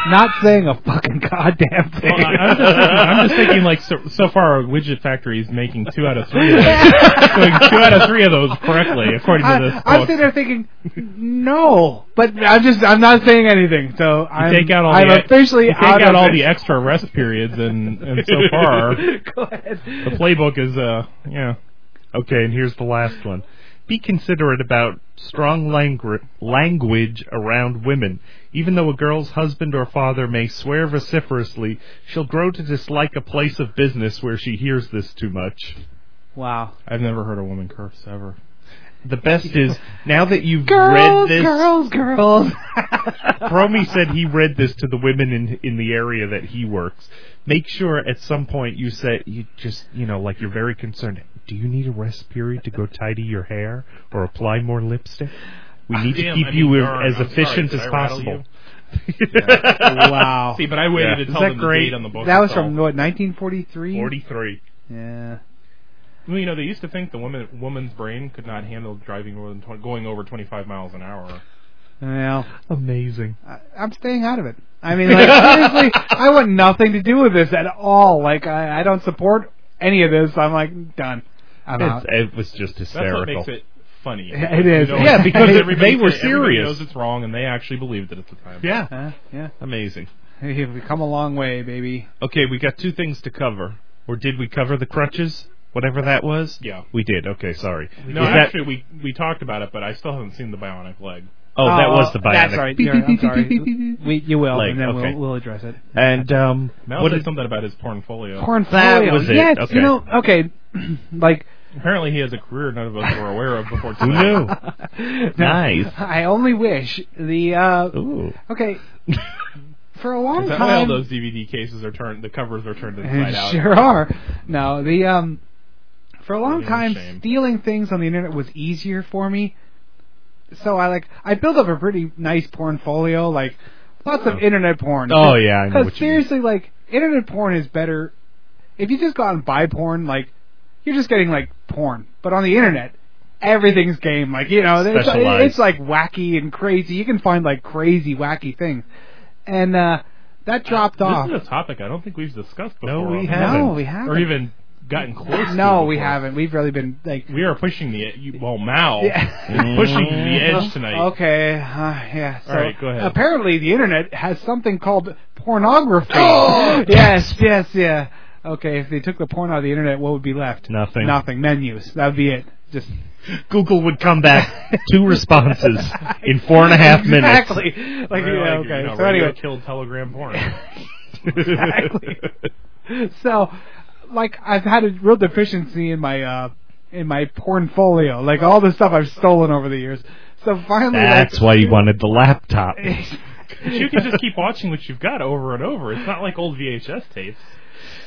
G: not saying a fucking goddamn thing.
I: Well, I- I'm, just thinking, I'm just thinking, like so, so far, our widget factory is making two out of three. Of those, doing two out of three of those correctly, according to this
G: I, am
I: book.
G: sitting there thinking, no, but I'm just I'm not saying anything. So
I: You
G: I'm
I: take out all
G: I'm
I: the e-,
G: officially
I: you take
G: out,
I: out,
G: of
I: all
G: it.
I: the extra rest periods, and and so far
G: Go ahead.
I: the playbook is uh yeah.
F: Okay, and here's the last one. Be considerate about strong langu- language around women. Even though a girl's husband or father may swear vociferously, she'll grow to dislike a place of business where she hears this too much.
G: Wow.
F: I've never heard a woman curse ever. The best is now that you've read this.
G: girls, girls.
H: Promi said he read this to the women in in the area that he works. Make sure at some point you say you just you know like you're very concerned. Do you need a rest period to go tidy your hair or apply more lipstick? We need
F: Ah, Damn,
H: to keep
F: I mean,
H: you
F: darn,
H: as
F: I'm
H: efficient
F: sorry,
H: as
F: did I rattle
H: possible.
G: wow.
F: See, but I waited
H: Yeah.
F: to
H: Is
F: tell
H: that
F: them
H: great?
F: the date on the book.
G: That was
F: That's all.
G: from what 1943.
H: Forty-three.
G: Yeah.
F: Well, you know, they used to think the woman woman's brain could not handle driving more than 20, going over 25 miles an hour.
G: Well,
H: Amazing.
G: I, I'm staying out of it. I mean, like seriously, I want nothing to do with this at all. Like I, I don't support any of this. I'm like done. I'm out.
H: It's, it was just
F: That's
H: hysterical.
F: what makes it funny.
G: It is.
F: You
G: Yeah, because
F: everybody-
H: they were
F: Everybody
H: serious.
F: knows it's wrong, and they actually believed it at the time.
H: yeah.
G: Uh, yeah,
H: Amazing.
G: we've come a long way, baby.
H: Okay, we got two things to cover. Or did we cover the crutches? Whatever that was?
F: Yeah.
H: We did. Okay, sorry.
F: No,
H: Was that-
F: actually, we we talked about it, but I still haven't seen the bionic leg.
H: oh, that was the bionic.
G: That's right.
H: Beep,
G: you're right,
H: beep, beep,
G: I'm
H: beep, beep,
G: sorry. We, you will,
H: Like,
G: and then
H: okay.
G: we'll, we'll address it.
H: beep. And um,
F: Mel
H: what
F: said
H: did-
F: something about his portfolio.
G: Portfolio.
H: was it.
G: Yes,
H: Okay.
G: you know. Okay, like
F: Apparently, he has a career none of us were aware of before.
H: who
F: Today.
H: knew? nice.
G: I only wish the uh,
H: Ooh.
G: okay. For a long
F: Is that why all
G: time,
F: those DVD cases are turned? The covers are turned
G: They
F: inside out.
G: sure are. No, the um, for a long
F: Really a
G: time,
F: shame.
G: stealing things on the internet was easier for me. So I like I built up a pretty nice portfolio, like lots of internet porn.
H: Oh yeah, I know
G: because
H: what you mean.
G: seriously, like internet porn is better. If you just go out and buy porn, like you're just getting like porn, but on the internet. Everything's game, like you know, it's,
H: Specialized.
G: it's like wacky and crazy. You can find like crazy, wacky things, and uh that dropped off.
F: This is a topic I don't think we've discussed before.
H: No, we
F: on the-
H: haven't.
G: no, we haven't.
F: or even gotten close. to
G: No,
F: it
G: we
F: before.
G: haven't. We've really been like
F: We are pushing the e- you- well, Mao
G: Yeah.
F: is pushing the edge tonight.
G: Okay, uh, yeah. So
F: All right, go ahead.
G: Apparently, the internet has something called pornography.
H: Oh!
G: yes, yes, yeah. Okay, if they took the porn out of the internet, what would be left?
H: Nothing.
G: Nothing. Menus. That would be it. Just
H: Google would come back two responses in four and a half
G: exactly. Like,
F: We're
G: yeah,
F: like,
G: okay.
F: You know,
G: so
F: radio
G: anyway,
F: killed telegram porn.
H: minutes.
G: Exactly. so like I've had a real deficiency in my uh in my portfolio, like all the stuff I've stolen over the years. So finally, like,
H: That's why you wanted the laptop.
F: you can just keep watching what you've got over and over. It's not like old VHS tapes.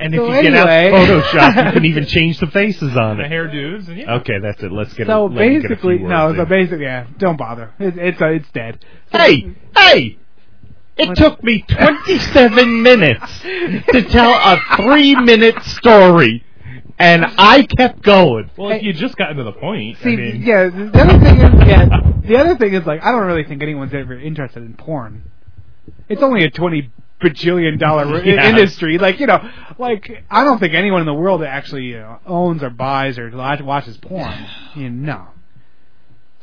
H: And
G: So
H: if you get out
G: anyway-
H: Photoshop, you can even change the faces on
F: The
H: it.
F: hairdos and yeah.
H: Okay, that's it. Let's get a,
G: So
H: let me get a
G: basically,
H: few
G: no.
H: words
G: So
H: in.
G: basically, yeah. Don't bother. It, it's uh, it's dead.
H: Hey, hey! It took me 27 minutes to tell a three minute story, and I kept going.
F: Well, if you just gotten to the point,
G: See,
F: I mean,
G: yeah. The other thing is, yeah. The other thing is, like, I don't really think anyone's ever interested in porn. It's only a twenty bajillion dollar r-
H: Yeah.
G: industry. Like, you know, like I don't think anyone in the world actually you know, owns or buys or li- watches porn. You know.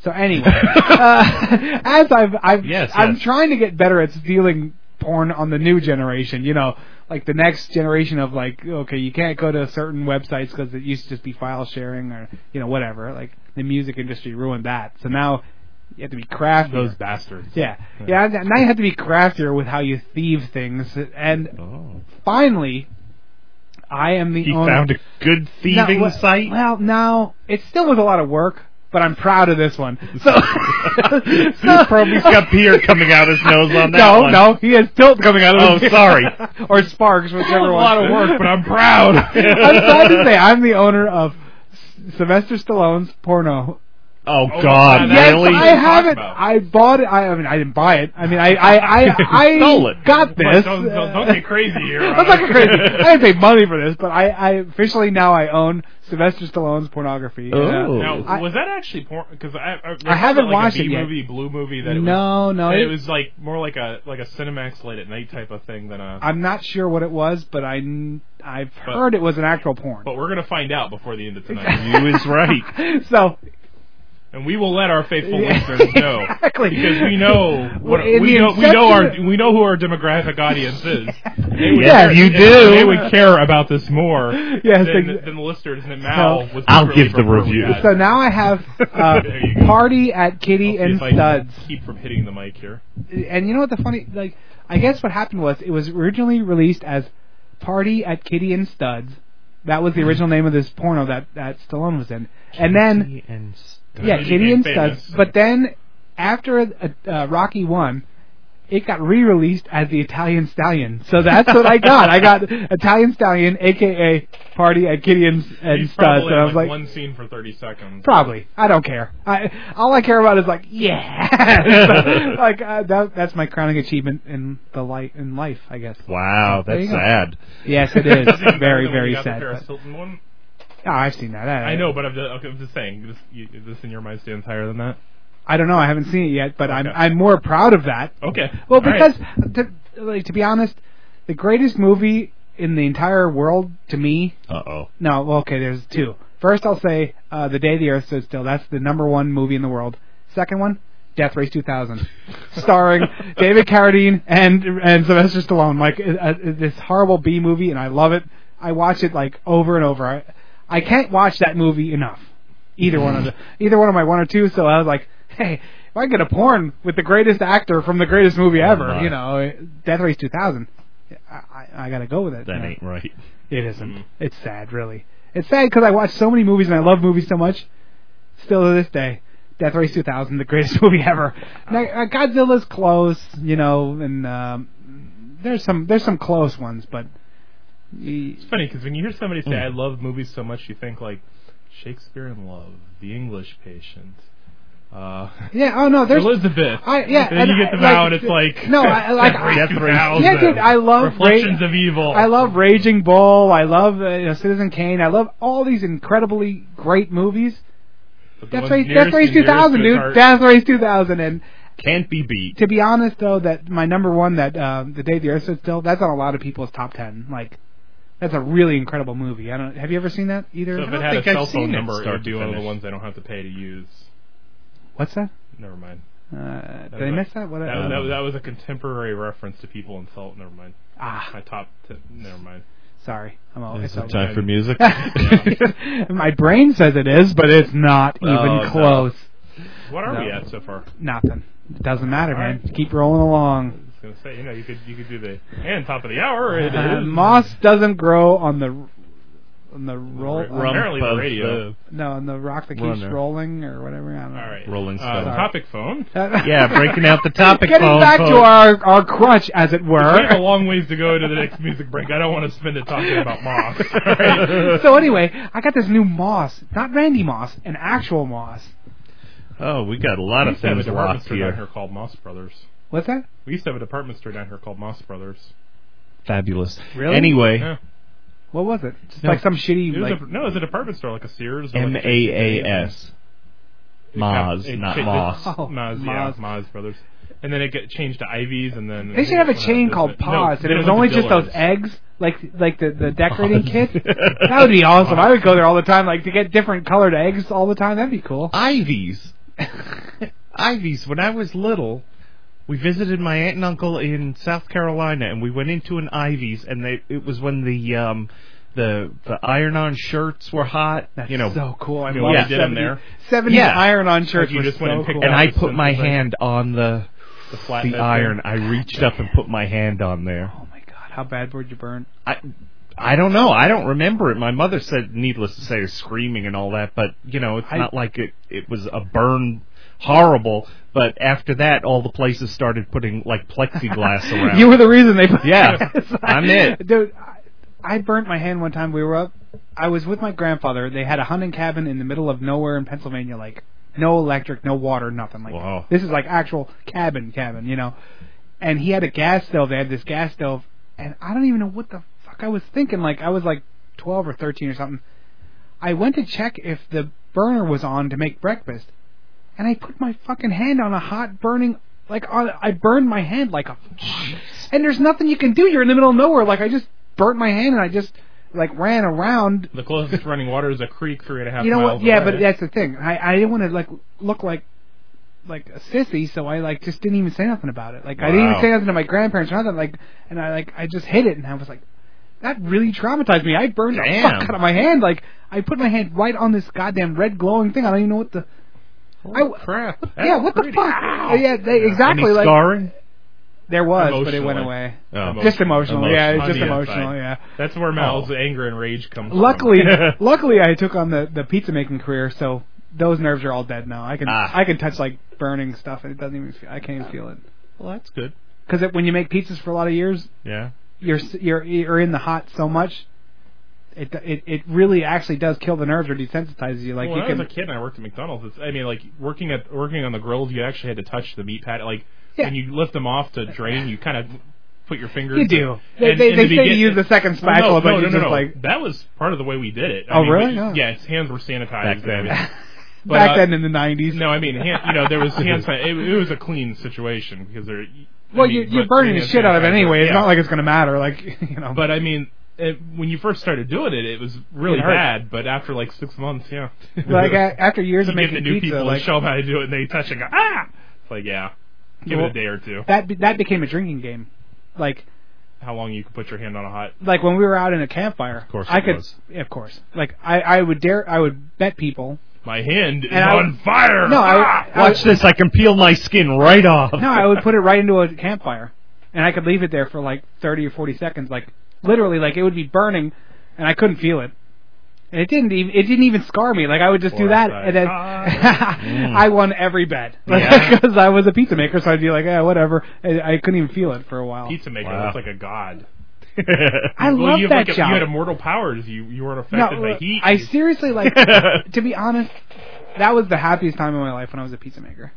G: So anyway, uh, as I've, I've
H: Yes,
G: I'm
H: yes.
G: trying to get better at stealing porn on the new generation. You know, like the next generation of like, okay, you can't go to certain websites because it used to just be file sharing or you know whatever. Like the music industry ruined that, so now you have to be crafty.
F: those bastards.
G: yeah, yeah. Now you have to be craftier with how you thieve things. And
H: Oh.
G: finally, I am the
H: He
G: owner.
H: found a good thieving
G: No, wh-
H: site.
G: Well, no, it still was a lot of work, but I'm proud of this one. So, so
H: Probably got beer coming out his nose on that
G: no,
H: one.
G: no, he has tilt coming out of
H: Oh,
G: his ear.
H: sorry.
G: or sparks, whichever one.
H: but I'm proud.
G: I'm proud to say I'm the owner of S- Sylvester Stallone's porno.
H: Oh,
F: Oh,
H: God,
F: God, that's-
H: really?
G: yes,
F: What
G: I
F: are you
G: have
F: talking
G: it.
F: about?
G: I bought it. I, I mean, I didn't buy it. I mean, I, I, I, I
H: Stole it.
G: got
F: Come on,
G: this.
F: don't- don't- don't get crazy here,
G: I'm not
F: Ronald.
G: crazy. I didn't pay money for this, but I, I officially now I own Sylvester Stallone's pornography. uh,
H: Ooh.
F: Now,
G: I-
F: was that actually porn? Because I, I,
G: I haven't
F: like
G: watched
F: a
G: it yet.
F: Movie, blue movie that it was.
G: no, no.
F: It
G: it-
F: was like more like a like a Cinemax late at night type of thing than a.
G: I'm not sure what it was, but I have
F: But- Oh,
G: heard it was an actual porn.
F: But we're gonna find out before the end of tonight,
H: You is right.
G: so
F: and we will let our faithful
G: Yeah,
F: listeners know
G: exactly.
F: because we know what
G: In
F: we
G: the
F: know. We know our
G: inception-
F: we know who our demographic audience is. They would
G: Yes,
F: care-
G: you
H: do.
F: They would care about this more
G: Yes,
F: than,
G: ex-
F: than the listeners. And Mal was
H: I'll
F: secretly
H: give the
F: prefer we
H: review.
F: had.
G: so now I have uh,
F: There you go.
G: party at Kitty
F: I'll see
G: and
F: if I can
G: Studs,
F: Keep from hitting the mic here.
G: and you know what the funny like I guess what happened was it was originally released as Party at Kitty and Studs, That was the
F: Hmm.
G: original name of this porno that that Stallone was in. And then
H: and stuff.
G: yeah,
F: It
G: Kitty and
F: became
G: Studs.
F: famous.
G: But then after uh, uh, Rocky One, it got re-released as the Italian Stallion. So that's what I got. I got Italian Stallion, aka Party at Kitty and, and
F: He's
G: Studs.
F: probably
G: And I
F: in,
G: was like,
F: one scene for 30 seconds.
G: Probably. I don't care. I all I care about is like, yeah. So, like uh, that, that's my crowning achievement in the light in life, I guess.
H: Wow,
G: There
H: that's
G: you go.
H: sad.
G: Yes, it is
F: Isn't that
G: very
F: the one
G: very
F: you got the
G: sad.
F: Paris
G: but-
F: Hilton one?
G: Oh, I've seen that. I,
F: I know, but I'm just, okay, I'm just saying. This, you, this in your mind stands higher than that.
G: I don't know. I haven't seen it yet, but I'm
F: Okay.
G: I'm more proud of that.
F: Okay.
G: Well,
F: All right.
G: because to, like, to be honest, the greatest movie in the entire world to me.
H: Uh oh.
G: No, well, okay, there's two. First, I'll say uh, the day the Earth stood still. That's the number one movie in the world. Second one, Death Race 2000, starring David Carradine and and Sylvester Stallone. Like uh, uh, this horrible B movie, and I love it. I watch it like over and over. I, I can't watch that movie enough. Either one of the either one of my one or two. So I was like, hey, if I get a porn with the greatest actor from the greatest movie ever,
H: my.
G: you know, Death Race 2000, I I, I gotta go with it. you
H: That
G: know?
H: ain't right.
G: It isn't.
F: Mm.
G: It's sad, really. It's sad because I watch so many movies and I love movies so much. Still to this day, Death Race 2000, the greatest movie ever. Now, uh, Godzilla's close, you know, and um, there's some there's some close ones, but y-
F: It's funny because when you hear somebody
H: Hmm.
F: say, "I love movies so much," you think like Shakespeare in Love, The English Patient, uh,
G: yeah, oh no, there's
F: Elizabeth.
G: I- yeah,
F: and then
G: and
F: you get them
G: I- like,
F: out, it's like
G: no, I- like,
F: Death
H: I-
F: Race 2000,
G: yeah, dude, I love
F: Reflections
G: Ra-
F: of Evil.
G: I love Raging Bull, I love uh, you know, Citizen Kane, I love all these incredibly great movies.
F: But the
G: Death
F: ones
G: Race,
F: nearest
G: Death Race
F: and dearest
G: 2000,
F: to his
G: dude,
F: heart-
G: Death Race 2000, and
H: Can't be beat.
G: to be honest though, that my number one, that um, the day the Earth stood still, that's on a lot of people's top ten. Like, that's a really incredible movie. I don't. Have you ever seen that either?
F: So if
H: don't
F: it had a
H: think I've
F: cell
H: seen
F: phone
H: it
F: number, it
H: start
F: would be
H: to
F: one of the
H: finish.
F: ones I don't have to pay to use.
G: What's that?
F: Never mind.
G: Uh,
F: That
G: did I
F: was-
G: miss that? What?
F: That,
G: uh,
H: Um,
F: was- that, was- that was a contemporary reference to people in salt. Never mind.
G: ah,
F: My top. T- never mind.
G: sorry. I'm all. It's
H: Is it
G: all-
H: time for music?
G: my brain says it is, but it's not even
H: Oh, no.
G: close.
F: What are
G: No.
F: we at so far?
G: Nothing. It doesn't matter,
F: All
G: man.
F: right.
G: Keep rolling along.
F: I was gonna say, you know, you could you could do the and top of the hour. It
G: Uh,
F: is-
G: moss doesn't grow on the on the roll.
F: Ru-
G: on-
F: rum.
H: Rump
F: Apparently the
H: of
F: radio.
H: the-
G: no, on the rock that keeps
H: Runner.
G: rolling or whatever. I don't know.
F: All right.
H: Rolling
F: Uh,
H: Stone.
F: topic phone.
H: yeah, breaking out the topic
G: Getting
H: phone.
G: back to
H: folks.
G: our, our crutch, as it
F: We have a
G: were.
F: long ways to go to the next music break. I don't want to spend it talking about moss. All right.
G: so anyway, I got this new moss, not Randy Moss, an actual moss.
H: Oh, we got a lot of
F: We used to have a
H: things
F: department
H: locked
F: store down here
H: here.
F: called Moss Brothers.
G: What's that?
F: We used to have a department store down here called Moss Brothers.
H: Fabulous.
G: Really?
H: Anyway,
F: Yeah.
G: What was it? Just
H: No.
G: like some shitty
F: It was
G: like.
F: a, no, it was a department store like a Sears. or
H: M
F: like
H: A
F: a J.C.
H: A
F: Penney.
H: S.
F: It got-
H: Moz,
F: it
H: not
F: changed-
H: Moss.
G: Oh,
F: Moz, yeah,
G: Moz.
F: Moz Brothers. And then it got changed to Ivies, and then
G: They should have a chain called Paws, and it was only just those
F: eggs.
G: eggs, like like the the decorating kit. That would be awesome. I would go there all the time, like to get different colored eggs all the time. That'd be cool.
H: Ivies. Ivies. When I was little, we visited my aunt and uncle in South Carolina, and we went into an Ivies, and they it was when the um the the iron-on shirts were hot.
G: That's
H: you know,
G: so cool. I
H: you know,
G: love
H: yeah.
G: it.
H: did 'em there.
G: Seventy
H: Yeah.
G: iron-on shirts
F: you
G: were
F: just
G: so
F: went and picked
G: cool.
H: and
F: out
H: I
F: the
H: put my
F: synthesis.
H: hand on the
F: The, flat
H: the
F: head
H: iron.
F: thing.
H: I reached up and put my hand on there.
G: Oh my god, how bad were you burn?
H: I I don't know. I don't remember it. My mother said, needless to say, screaming and all that. But you know, it's
G: I-
H: not like it. It was a burn, horrible. But after that, all the places started putting like plexiglass around.
G: You were the reason they. Put
H: Yeah, I'm it.
G: dude. I, I burnt my hand one time. We were up. I was with my grandfather. They had a hunting cabin in the middle of nowhere in Pennsylvania. Like no electric, no water, nothing. Like
H: Wow.
G: this is like actual cabin, cabin. You know. And he had a gas stove. They had this gas stove, and I don't even know what the fuck I was thinking. Like I was like twelve or thirteen or something. I went to check if the burner was on to make breakfast, and I put my fucking hand on a hot burning. Like on, I burned my hand like a and there's nothing you can do. You're in the middle of nowhere. Like I just burnt my hand and I just like ran around.
F: The closest running water is a creek three and a half
G: You know
F: miles
G: what? Yeah,
F: away.
G: but that's the thing. I I didn't want to like look like like a sissy, so I like just didn't even say nothing about it. Like I didn't even
H: Wow.
G: say nothing to my grandparents or nothing. Like and I like I just hit it and I was like. That really traumatized me. I burned the
H: Damn.
G: fuck out of my hand. Like I put my hand right on this goddamn red glowing thing. I don't even know what the. I,
H: crap.
G: yeah, what the fuck? Yeah, they,
H: Any
G: exactly. Like
H: scarring?
G: There was, but it went
F: Emotionally.
G: away.
H: Oh.
G: Just emotional. Yeah, it's
F: On
G: just
F: the
G: emotional.
F: inside.
G: Yeah.
F: That's where Mal's anger and rage comes
G: Oh. Luckily,
F: from.
G: luckily, I took on the the pizza making career, so those nerves are all dead now. I can
H: Ah.
G: I can touch like burning stuff, and it doesn't even feel, I can't even feel it.
H: Well, that's good.
G: Because when you make pizzas for a lot of years,
H: Yeah.
G: you're s- you're you're in the hot so much, it it it really actually does kill the nerves or desensitizes you. Like
F: Well,
G: you
F: when
G: can
F: I was a kid and I worked at McDonald's, it's, I mean, like working at working on the grills, you actually had to touch the meat pad. Like
G: Yeah.
F: when you lift them off to drain, you kind of put your fingers.
G: you
F: to-
G: do. They
F: and-
G: they,
F: and
G: they
F: to
G: say
F: begin-
G: you use the second
F: Well,
G: spatula,
F: Oh, no,
G: but
F: no,
G: you're
F: no, no,
G: just
F: no.
G: like
F: that was part of the way we did it. I
G: Oh,
F: mean,
G: really?
F: we-
G: Yeah.
F: Yeah, his hands were sanitized.
H: Back
F: and everything.
H: then.
F: But,
G: back
F: uh,
G: then in the nineties.
F: No, I mean, hand, you know, there was hand san- it, it was a clean situation because they're.
G: Well, you, you're burning the shit out of it anyway. It's not like it's gonna matter. Like you know.
F: But I mean, it, when you first started doing it, it was really
G: It hurt.
F: bad. But after like six months, yeah.
G: like a- after years
F: you
G: of
F: give the
G: making
F: new
G: pizza,
F: people
G: like
F: a show how to do it, and they touch and go, ah! It's like, yeah, give
G: Well-
F: it a day or two.
G: that be, that became a drinking game. Like
F: How long you can put your hand on a hot?
G: like when we were out in a campfire, of
H: course
G: I
H: it
G: could,
H: was.
G: of course. Like I, I would dare, I would bet people.
F: My hand is
G: And I-
F: on fire.
G: No,
F: ah!
G: I, I
H: Watch
G: would,
H: this. I can peel my skin right off.
G: no, I would put it right into a campfire, and I could leave it there for like thirty or forty seconds. Like literally, like it would be burning, and I couldn't feel it. And it didn't even it didn't even scar me. Like I would just do that,
F: Foresight.
G: and then I won every bet
H: "Ah." Mm. Yeah.
G: because I was a pizza maker. So I'd be like, yeah, whatever. And I couldn't even feel it for a while.
F: Pizza maker
H: Wow.
F: looks like a god.
G: I
F: well,
G: love
F: you have,
G: that
F: like, a-
G: job.
F: You had immortal powers. You you weren't affected by heat.
G: uh, I
F: You-
G: seriously like. to be honest, that was the happiest time in my life when I was a pizza maker.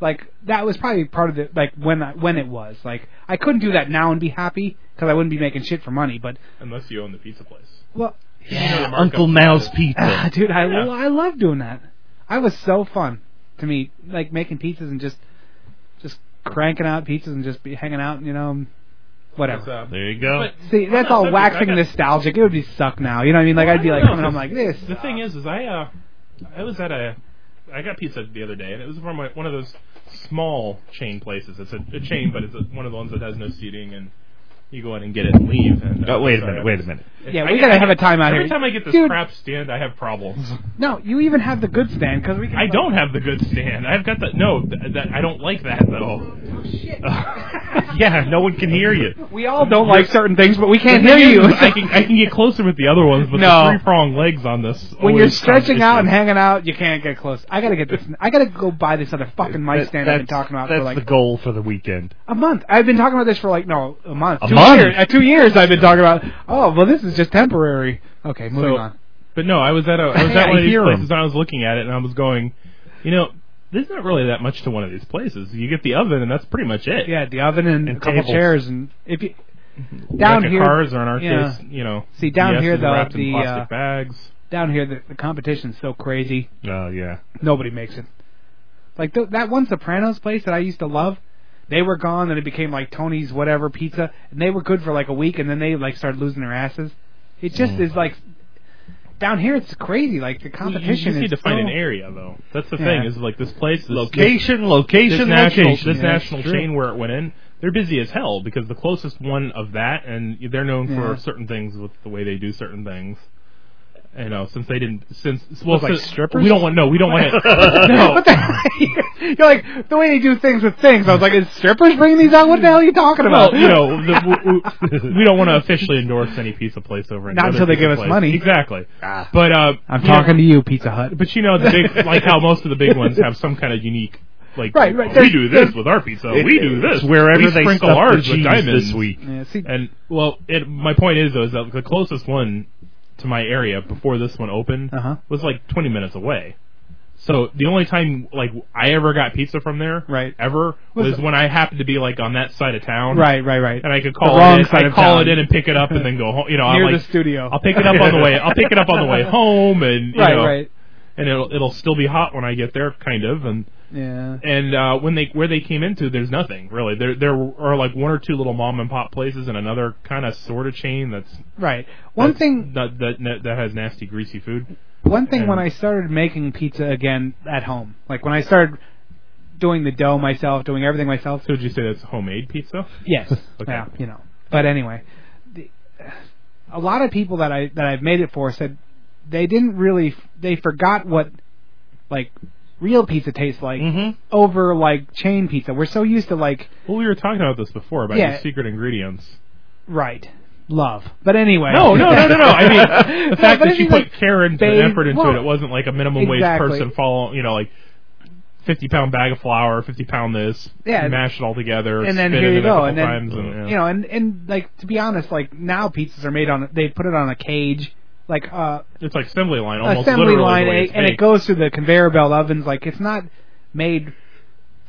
G: Like that was probably part of the like when I, when it was like I couldn't do that now and be happy because I wouldn't be making shit for money. But
F: unless you own the pizza place.
G: well,
F: You know the
H: Uncle
F: markup.
H: Mal's pizza.
G: dude, I
F: Yeah.
G: I love doing that. I was so fun to me, like making pizzas and just just cranking out pizzas and just be hanging out, you know,
F: It's,
G: whatever.
F: uh,
H: There you go.
F: but-
G: See, that's
F: on
G: all
F: that subject, I
G: waxing
F: got-
G: nostalgic. It would be suck now, you know what I mean? Like I'd be
F: I
G: like
F: don't
G: coming
F: know,
G: home like this.
F: The thing is, is I uh, I was at a, I got pizza the other day, and it was from like, one of those small chain places. It's a, a chain, but it's a, one of the ones that has no seating, and you go in and get it and leave. And, uh,
H: Oh, wait a
F: sorry,
H: minute.
F: I
H: Wait a
F: was-
H: minute.
G: Yeah,
F: I-
G: we gotta
F: I-
G: have a timeout
F: Every
G: here.
F: time I get this
G: Dude.
F: crap stand, I have problems.
G: No, you even have the good stand because we. Can
F: I don't have the good stand. I've got the no. Th- that I don't like that though.
H: Yeah, no one can hear you.
G: We all don't like certain things, but we can't
F: The
G: hear you.
F: thing is, is I can I can get closer with the other ones, but
G: No.
F: the three prong legs on this.
G: when you're
F: always cause
G: stretching out and
F: issues.
G: hanging out, you can't get close. I gotta get this. I gotta go buy this other fucking mic
H: That-
G: stand I've been
H: that's-
G: talking about
H: That's
G: for like
H: the goal for the weekend.
G: a month. I've been talking about this for like no a month.
H: A
G: two
H: month?
G: years. Uh, two years I've been talking about. Oh well, this is just temporary. Okay, moving
F: So-
G: on.
F: But no, I was at a I was
H: Yeah,
F: at one
H: I
F: of these
H: hear 'em.
F: places and I was looking at it and I was going, you know, there's not really that much to one of these places. You get the oven and that's pretty much it.
G: Yeah, the oven and, Mm-hmm.
H: And
G: a couple
H: tables.
G: chairs and if you down
F: Down
G: here
F: cars or in our
G: yeah.
F: case, you know,
G: See, down
F: DS
G: here,
F: is
G: though,
F: wrapped
G: the,
F: in plastic
G: uh,
F: bags.
G: down here the, the competition's so crazy.
H: Oh, yeah.
G: Nobody makes it. Like th- that one Sopranos place that I used to love, they were gone, and it became like Tony's whatever pizza, and they were good for like a week, and then they like started losing their asses. It just is like down here, it's crazy. Like the
F: You-
G: competition
F: You just need
G: is
F: to find
G: so-
F: an area though. That's the
G: Yeah.
F: thing is like this place, this,
H: Location,
F: this, this
H: location,
F: national,
H: location.
F: this
G: Yeah, that's
F: national
G: true.
F: chain where it went in. They're busy as hell because the closest one of that, and they're known
G: Yeah.
F: for certain things with the way they do certain things. You know, since they didn't, since well,
H: like
F: since-
H: strippers?
F: we don't want no, we don't want it. no,
G: What the You're like the way they do things with things. I was like, is strippers bringing these out? What the hell are you talking about?
F: Well, you know, the, w- w- we don't want to officially endorse any pizza place over. any
G: Not
F: other
G: until they
F: pizza
G: give us
F: place.
G: money. Ah.
F: Exactly. But uh,
G: I'm
F: you
G: talking
F: know-
G: to you, Pizza Hut.
F: but you know, the big like how most of the big ones have some kind of unique. Like
G: Right, right,
F: we
G: there's-
F: do this with our pizza. we do
H: It's
F: this
H: wherever
F: we
H: they
F: sprinkle
H: stuff
F: ours
H: the
F: with
H: cheese
F: diamonds.
H: this week.
G: Yeah, see,
F: And well, it, my point is though is that the closest one to my area before this one opened
G: Uh-huh.
F: was like 20 minutes away. So the only time like I ever got pizza from there,
G: Right.
F: ever
G: Was-
F: was, when I happened to be like on that side of town,
G: right, right, right.
F: and I could call
G: The wrong
F: it in.
G: side
F: I
G: of
F: call
G: town.
F: it in and pick it up and then go home. You know,
G: Near
F: I'm
G: the
F: like,
G: studio.
F: I'll pick it up on the way. I'll pick it up on the way home, and you
G: right,
F: know,
G: right.
F: and it'll it'll still be hot when I get there, kind of. And
G: Yeah.
F: and uh, when they where they came into, there's nothing really. There there are like one or two little mom and pop places and another kind of sort of chain that's
G: Right. One
F: that's
G: thing
F: not, that that that has nasty greasy food.
G: One thing when
F: And-
G: I started making pizza again at home, like when I started doing the dough myself, doing everything myself.
F: So would you say that's homemade pizza?
G: Yes.
F: Okay.
G: Yeah, you know. But anyway, the, a lot of people that I that I've made it for said they didn't really they forgot what like real pizza tastes like
F: Mm-hmm.
H: Mhm.
G: over like chain pizza. We're so used to like
F: Well, we were talking about this before about
G: Yeah.
F: your secret ingredients.
G: right love, but anyway.
F: No, no, no, no, no. I mean, the
G: No,
F: fact
G: but I
F: that she
G: mean,
F: put
G: like,
F: care and
G: babe,
F: effort into
G: well,
F: it, it wasn't like a minimum wage
G: exactly.
F: person follow, you know, like fifty pound bag of flour, fifty pound this,
G: Yeah.
F: mash it all together,
G: And then
F: spin
G: here
F: it
G: you
F: in a
G: go,
F: couple
G: and then,
F: times, and, yeah.
G: you know, and and like to be honest, like now pizzas are made on they put it on a cage, like uh
F: it's like assembly line, almost
G: assembly
F: literally
G: line,
F: the way
G: and,
F: it's
G: and it
F: baked.
G: goes through the conveyor belt ovens. Like it's not made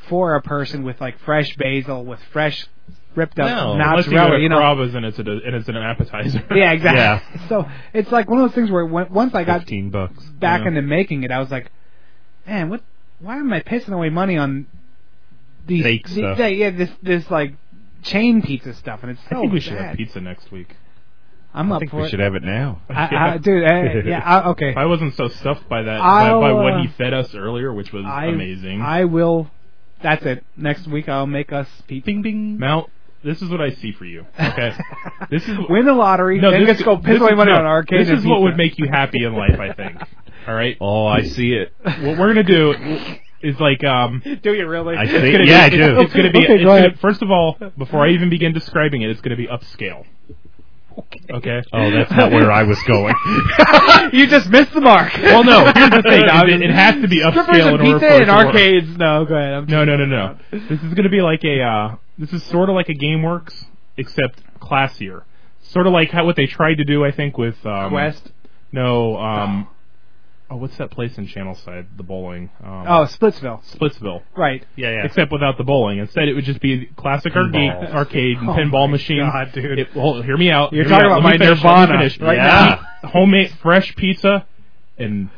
G: for a person with like fresh basil with fresh ripped up
F: No, unless you
G: mozzarella.
F: go to
G: You know,
F: Carrabba's and it's a, and it's an appetizer.
G: yeah, exactly. So it's like one of those things where when, once I got
H: Fifteen bucks.
G: back
F: Yeah.
G: into making it, I was like, man, what? Why am I pissing away money on these?
H: Fake
G: these-
H: stuff.
G: yeah, yeah, this this like chain pizza stuff, and it's so
F: I think we should
G: bad.
F: have pizza next week.
G: I'm
H: I
G: up
H: think
G: for
H: we
G: it.
H: should have it now.
G: I, I, dude, I, yeah, I, okay.
F: If I wasn't so stuffed by that by,
G: I'll,
F: by what he
G: uh,
F: fed us earlier, which was
G: I,
F: amazing.
G: I will. That's it. Next week I'll make us pizza.
H: Bing bing.
F: Mount, this is what I see for you. Okay, this is
G: Win the lottery,
F: No,
G: then
F: this,
G: just go piss
F: this
G: away
F: is-
G: money
F: no,
G: on arcade.
F: This
G: and
F: is what
G: pizza.
F: would make you happy in life, I think. All right.
H: Oh, I see it.
F: What we're gonna do is like um.
G: Do you really?
H: I
F: It's
H: see.
F: gonna
H: it. Yeah,
F: be,
H: I do.
F: It's, it's gonna be.
G: Okay,
F: it's
G: go
F: gonna,
G: ahead.
F: first of all, before I even begin describing it, it's gonna be upscale. Okay.
H: Oh, that's not where I was going.
G: you just missed the mark.
F: Well, no. Here's the thing. is it, it has to be
G: Strippers
F: upscale
G: and
F: in
G: pizza
F: order for it
G: and
F: to work.
G: arcades. No, go ahead. I'm
F: No, no, no, no. This is going to be like a. Uh, this is sort of like a GameWorks, except classier. Sort of like how what they tried to do, I think, with um,
G: West.
F: No, um, oh, what's that place in Channelside? The bowling. Um,
G: Oh, Splitsville.
F: Splitsville.
G: Right.
H: yeah, yeah.
F: Except without the bowling. Instead, it would just be classic arcade,
H: Pinball.
F: arcade and
G: Oh
F: pinball
G: my
F: machine.
G: God, dude.
F: It, well, hear me out.
G: You're
F: Hear me
G: talking
F: out.
G: about
F: Let me
G: my
F: finish. Let me
G: nirvana.
F: finish.
G: Right
H: Yeah.
F: Homemade fresh pizza and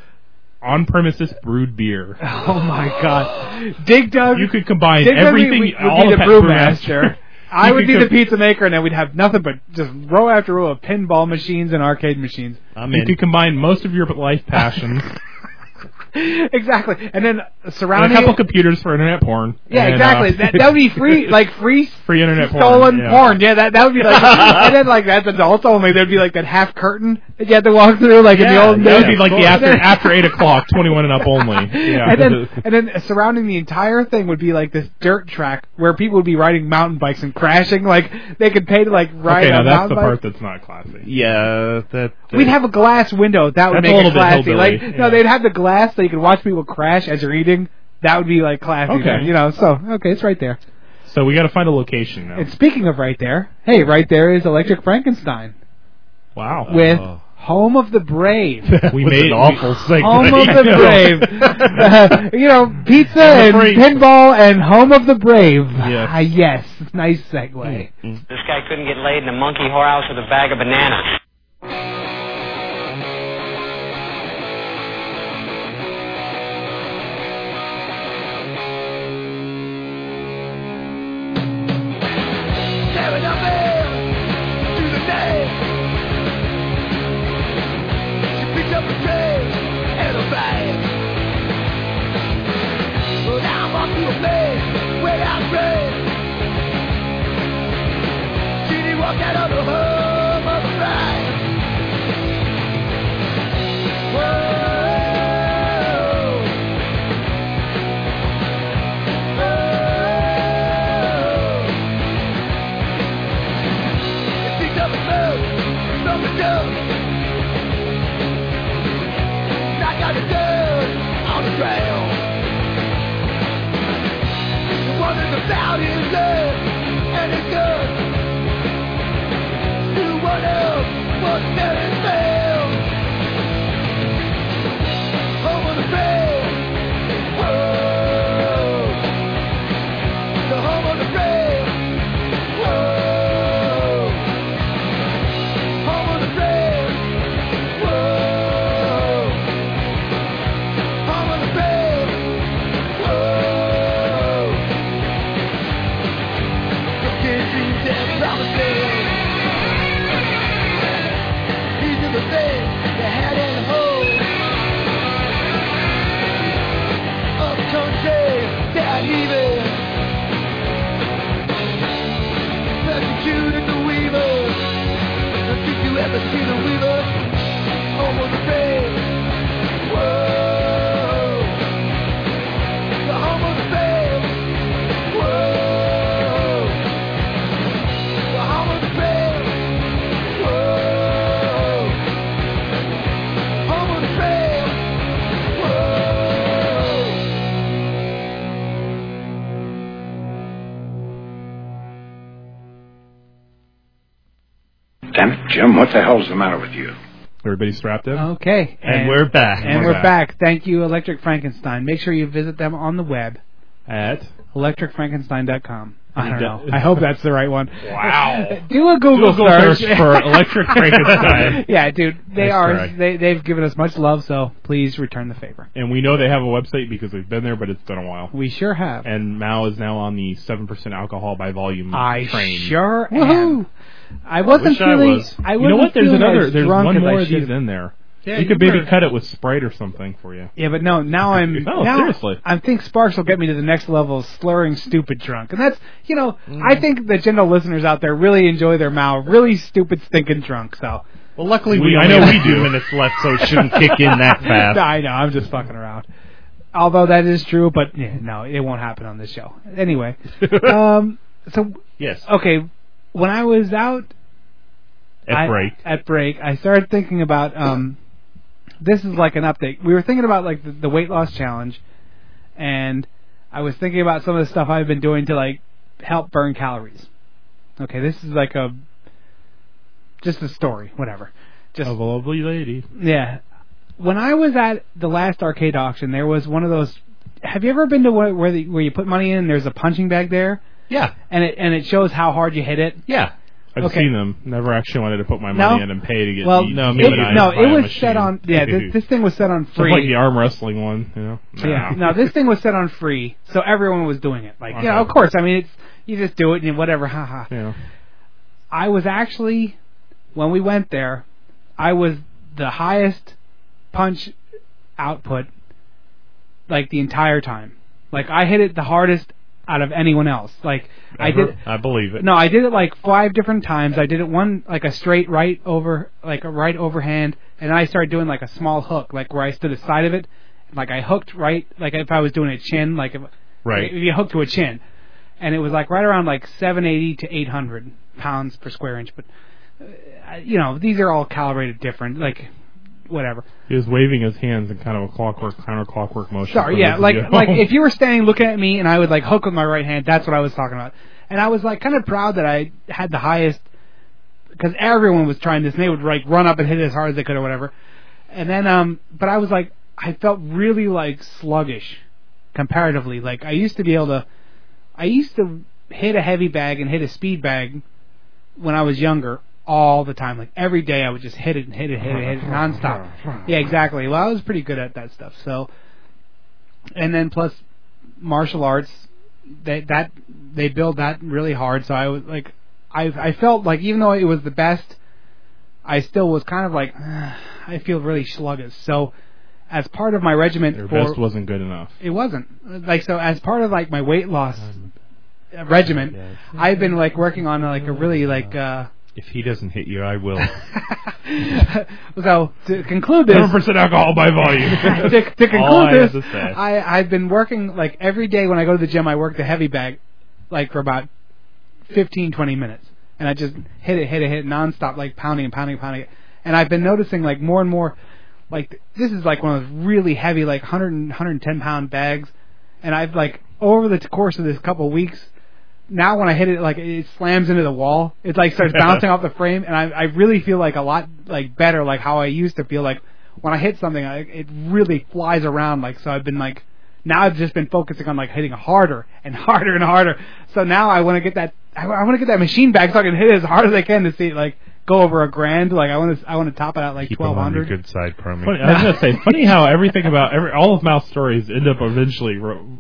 F: on-premises brewed beer.
G: Oh my God. Dig Dug.
F: You could combine
G: Dig Dug
F: everything.
G: would, would
F: all
G: be the
F: of that
G: brewmaster. I
F: You
G: would
F: could
G: be the
F: co-
G: pizza maker, and then we'd have nothing but just row after row of pinball machines and arcade machines.
H: I'm
F: You
H: in.
F: could combine most of your life passions
G: exactly. And then
F: and
G: surrounding
F: a couple
G: it-
F: computers for internet porn.
G: Yeah,
F: and,
G: exactly.
F: uh,
G: that that would be free, like free,
F: Free internet porn,
G: stolen
F: yeah.
G: porn. Yeah, that that would be like, and then like that's adults only. There'd be like that half curtain that you had to walk through, like in the
H: Yeah,
G: old
F: That
G: days.
F: would be like the
G: And
F: after
G: then-
F: after eight o'clock, twenty one and up only. Yeah.
G: And then, and then surrounding the entire thing would be like this dirt track where people would be riding mountain bikes and crashing. Like they could pay to like ride
F: okay, now
G: on
F: that's the
G: mountain
F: part
G: bikes.
F: that's not classy.
H: yeah, that. that-
G: We'd have a glass window. That would
F: That's a
G: make
F: little
G: it
F: bit
G: classy.
F: hillbilly,
G: like
F: yeah.
G: no, they'd have the glass so you could watch people crash as you're eating. That would be like classy.
F: Okay.
G: then, you know. So okay, it's right there.
F: So we got to find a location now.
G: And speaking of right there, hey, right there is Electric Frankenstein.
F: wow.
G: with
H: Oh.
G: Home of the Brave.
H: that
F: we
H: was
F: made-
H: an awful segue.
G: Home of the Brave. Uh, you know, pizza and
F: Brave.
G: pinball and Home of the Brave.
F: Yes. Hmm.
G: Ah, yes. Nice segue.
J: This guy couldn't get laid in a monkey whorehouse with a bag of bananas.
K: He
B: Damn it, Jim, what the hell's the matter with you?
F: Everybody strapped
G: Uh-huh.
F: in?
G: Okay.
H: And, we're back.
G: And we're back. Thank you, Electric Frankenstein. Make sure you visit them on the web,
F: At?
G: electricfrankenstein.com. I don't
F: Yeah.
G: know. I hope that's the right one.
F: Wow.
G: Do a Google,
F: Google search for Electric Frankenstein.
G: yeah, dude, they
F: Nice
G: are.
F: try.
G: They, they've given us much love, so please return the favor.
F: And we know they have a website because we've been there, but it's been a while.
G: We sure have.
F: And Mao is now on the 7% alcohol by volume
G: I
F: train.
G: sure am.
F: Woohoo.
G: I wasn't
F: Wish I
G: feeling.
F: was.
G: I
F: you know
G: wasn't
F: what? There's
G: feeling
F: another.
G: as
F: There's
G: drunk
F: one
G: as I
F: more of these
G: should've-
F: in there.
H: Yeah,
F: you could maybe cut it with Sprite or something for you.
G: Yeah, but no. Now I'm.
F: No,
G: now
F: seriously.
G: I think Sparks will get me to the next level of slurring, stupid drunk, and that's you know.
F: Mm.
G: I think the general listeners out there really enjoy their Mao really stupid, stinking drunk. So
H: Well, luckily
F: We-
H: we,
F: I
H: only
F: know
H: have
F: we
H: two
F: do.
H: minutes left, so it shouldn't kick in that
G: No,
H: fast.
G: I know. I'm just fucking around. Although that is true, but yeah, no, it won't happen on this show. Anyway, um, so
H: yes,
G: okay, when I was out
H: at
G: I-
H: break.
G: At break, I started thinking about um, this is like an update. We were thinking about like the, the weight loss challenge, and I was thinking about some of the stuff I've been doing to like help burn calories. Okay, this is like a just a story, whatever. Just
F: Of a lovely lady.
G: yeah. When I was at the last arcade auction, there was one of those. Have you ever been to where where, the, where you put money in? and There's a punching bag there,
H: Yeah,
G: and it and it shows how hard you hit it.
H: yeah.
F: I've
G: Okay.
F: seen them. Never actually wanted to put my
G: No?
F: money in and pay to get
G: Well,
F: beat.
G: no,
F: beat
G: it,
F: by-
G: no,
F: by a
G: it was
F: machine.
G: set on. Yeah, this, this thing was set on
F: Just
G: free.
F: like the arm wrestling one, you know?
G: Yeah.
F: Nah.
G: No, this thing was set on free, so everyone was doing it. Like, you know,
F: Okay.
G: of course. I mean, it's you just do it and whatever. Haha.
F: You know.
G: I was actually when we went there, I was the highest punch output like the entire time. Like I hit it the hardest out of anyone else. Like I
H: Ever?
G: did
H: I believe it.
G: no, I did it like five different times. I did it one like a straight right over, like a right overhand, and I started doing like a small hook, like where I stood aside of it, like I hooked right, like if I was doing a chin, like if,
H: Right.
G: if you hook to a chin, and it was like right around like 780 to 800 pounds per square inch. But uh, you know, these are all calibrated different, like whatever.
F: He was waving his hands in kind of a clockwork, counterclockwork motion.
G: Sorry,
F: for
G: yeah,
F: those of
G: like
F: you.
G: like if you were standing looking at me and I would like hook with my right hand, that's what I was talking about. And I was like kind of proud that I had the highest because everyone was trying this and they would like run up and hit it as hard as they could or whatever. And then um but I was like I felt really like sluggish comparatively. Like I used to be able to I used to hit a heavy bag and hit a speed bag when I was younger all the time. Like every day I would just hit it and hit it, hit it, hit it nonstop. Yeah, exactly. Well, I was pretty good at that stuff. So and then plus martial arts they that they build that really hard so i was like i i felt like even though it was the best i still was kind of like "Ah, i feel really sluggish so as part of my regimen
F: Their
G: for
F: best wasn't good enough.
G: it wasn't like so as part of like my weight loss regimen i've been like working on like a really like uh
H: If he doesn't hit you, I will.
G: so to conclude this
F: Seven percent alcohol by
G: to,
F: volume.
G: to conclude
H: All I
G: this,
H: have to say.
G: I I've been working like every day when I go to the gym. I work the heavy bag, like for about 15, 20 minutes, and I just hit it, hit it, hit it nonstop, like pounding and pounding and pounding. it. And I've been noticing like more and more, like this is like one of those really heavy, like 100 and 110 pound bags, and I've like over the course of this couple weeks. Now when I hit it, like it slams into the wall, it like starts bouncing off the frame, and I I really feel like a lot like better, like how I used to feel like when I hit something, I, it really flies around. Like so, I've been like now I've just been focusing on like hitting harder and harder and harder. So now I want to get that I, I want to get that machine back so I can hit it as hard as I can to see it like go over a grand. Like I want to I want to top it out like
H: Keep him
G: twelve
H: on your
G: hundred.
H: good side, Promy.
F: funny, I was gonna say, funny how everything about every all of Mao's stories end up eventually ro-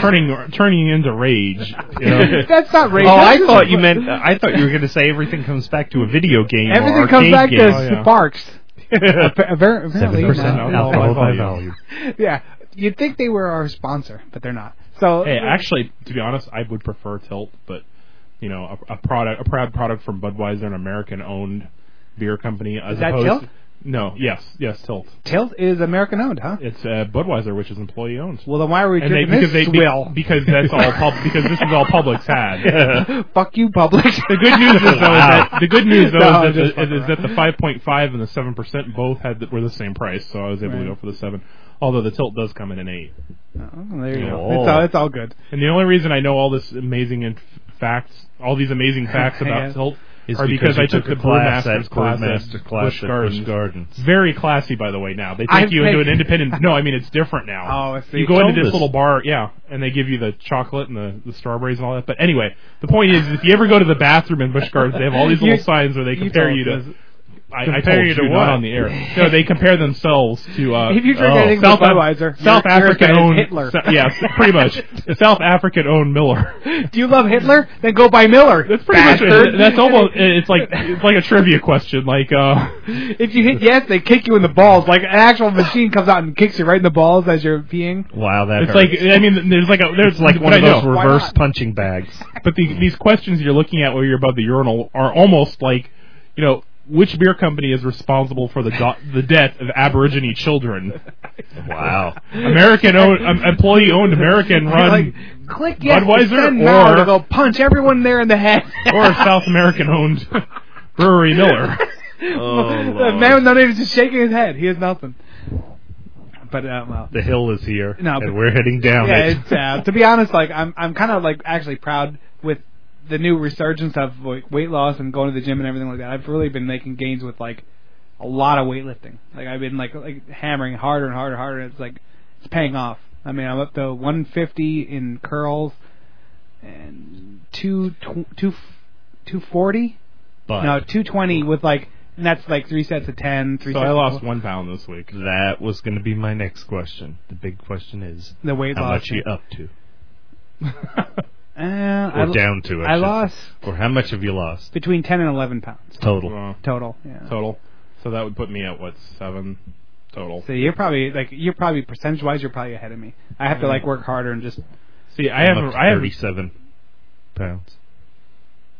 F: turning turning into rage. You know?
G: That's not racist.
H: Oh, I thought you meant. I thought you were going to say everything comes back to a video game. or
G: everything comes
H: arcade
G: back
H: game.
G: to
F: Oh, yeah.
G: sparks. Appa- appar-
H: Seven
G: Apparently,
H: percent
G: not.
F: alcohol
H: alcohol by
F: by
H: volume.
G: yeah. You'd think they were our sponsor, but they're not. So
F: hey, actually, to be honest, I would prefer Tilt, but you know, a, a product, a proud product from Budweiser, an American-owned beer company. As
G: Is that
F: opposed,
G: Tilt?
F: No, yes, yes, Tilt.
G: Tilt is American owned, huh?
F: It's uh, Budweiser, which is employee-owned.
G: Well, then why are we
F: and they
G: drinking
F: because
G: this
F: they
G: swill?
F: because that's all pub because this is all Publix had.
G: Fuck you, Publix.
F: The good news is though is that the good news though
G: No, I'm
F: is,
G: just
F: that the,
G: fucking
F: is that
G: around.
F: the 5.5 and the 7 percent both had the, were the same price, so I was able
G: Right.
F: to go for the seven. Although the tilt does come in an eight.
G: Oh, there you go.
H: Oh.
G: It's all, it's all good.
F: And the only reason I know all this amazing inf- facts, all these amazing facts about
G: Yeah.
F: tilt,
H: is
F: are because,
H: you
F: I took,
H: a
F: the
H: class
F: Brewmaster's
H: at
F: class
H: Brewmaster
F: at
H: class
F: Busch
H: at
F: Gardens.
H: Busch Gardens.
F: Very classy, by the way. Now they take
G: I'm
F: you into an
G: thinking-
F: independent. No, I mean it's different now.
G: Oh, I see.
F: You go into
H: Told
F: this
H: us.
F: little bar, yeah, and they give you the chocolate and the, the strawberries and all that. But anyway, the point is, if you ever go to the bathroom in Busch Gardens, they have all these
G: You-
F: little signs where they
G: you
F: compare
G: told
F: you
G: us.
F: to. I, I
H: Compare
F: told
H: you
F: you
H: to
F: not
H: what?
F: on the air. No, they compare themselves to. Uh,
G: If you drink
H: Oh.
G: anything
F: South,
G: but
F: Af-
G: Budweiser,
F: South
G: you're, you're as bad
F: African
G: as
F: owned
G: Hitler.
F: Sa- yes, pretty much. South African owned Miller.
G: Do you love Hitler? Then go by Miller.
F: That's pretty
G: bastard.
F: much. That's almost. It's like it's like a trivia question. Like, uh,
G: If you hit yes, they kick you in the balls. Like an actual machine comes out and kicks you right in the balls as you're peeing.
H: Wow, that
F: it's
H: hurts.
F: like I mean, there's like a there's
H: it's like
F: but
H: one
F: I
H: of those
F: know.
G: Why
H: reverse
G: not?
H: punching bags.
F: But the, these questions you're looking at where you're above the urinal are almost like, you know, which beer company is responsible for the do- the death of Aborigine children?
H: Wow.
F: American owned, um, employee owned American run.
G: like, click yes to
F: Budweiser
G: send now,
F: or-
G: or they'll punch everyone there in the head.
F: or South American owned brewery Miller.
G: the man with no name is just shaking his head. He has nothing. But uh, well,
H: The hill is here,
G: No, but-
H: and we're heading down
G: yeah,
H: it.
G: it's, uh, to be honest, like I'm, I'm kind of like actually proud with the new resurgence of like, weight loss and going to the gym and everything like that. I've really been making gains with like a lot of weightlifting. Like I've been like like hammering harder and harder and harder. And it's like it's paying off. I mean, I'm up to 150 in curls and two tw- two f- 240.
H: but
G: No, 220 with like and that's like three sets of 10, three
F: So
G: sets
F: I
G: of
F: lost one pound this week.
H: that was going to be my next question. The big question is,
G: the weight
H: how
G: loss.
H: much you up to
G: Uh, I,
H: or
G: l-
H: down to? I,
G: I
H: should
G: lost
H: say. Or how much have you lost
G: between 10 and 11 pounds
H: total?
F: Uh,
G: total. Yeah.
F: total. So that would put me at what seven total.
G: So you're probably like you're probably percentage wise you're probably ahead of me. I have to like work harder and just
F: See, I
H: I'm
F: haven't.
H: up to
F: I haven't.
H: thirty-seven pounds.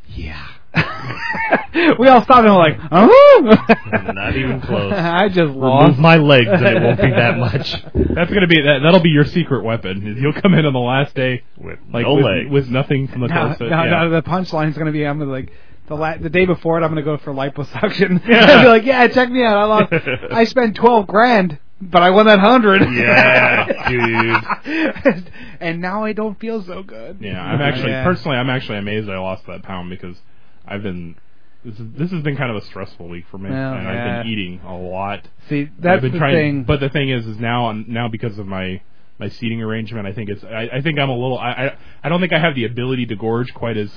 H: Yeah.
G: we all stop and we're like, oh,
H: Not even close.
G: I just
H: Remove
G: lost.
H: my legs, and it won't be that much.
F: That's gonna be that. That'll be your secret weapon. is You'll come in on the last day
H: With
F: like
H: no
F: with,
H: legs.
F: with nothing from the
G: No,
F: torso.
G: no,
F: yeah.
G: no, the punchline is gonna be I'm gonna like the la- the day before it I'm gonna go for liposuction. I'll be like, yeah, check me out. I lost. I spent twelve grand, but I won that hundred.
H: yeah, dude.
G: and now I don't feel so good.
F: Yeah, I'm actually
G: Yeah.
F: personally, I'm actually amazed I lost that pound because I've been this, is, this has been kind of a stressful week for me,
G: Well,
F: and
G: yeah.
F: I've been eating a lot.
G: See,
F: I've
G: that's
F: been
G: the
F: trying,
G: thing.
F: But the thing is, is now I'm now because of my my seating arrangement, I think it's I, I think I'm a little I, I I don't think I have the ability to gorge quite as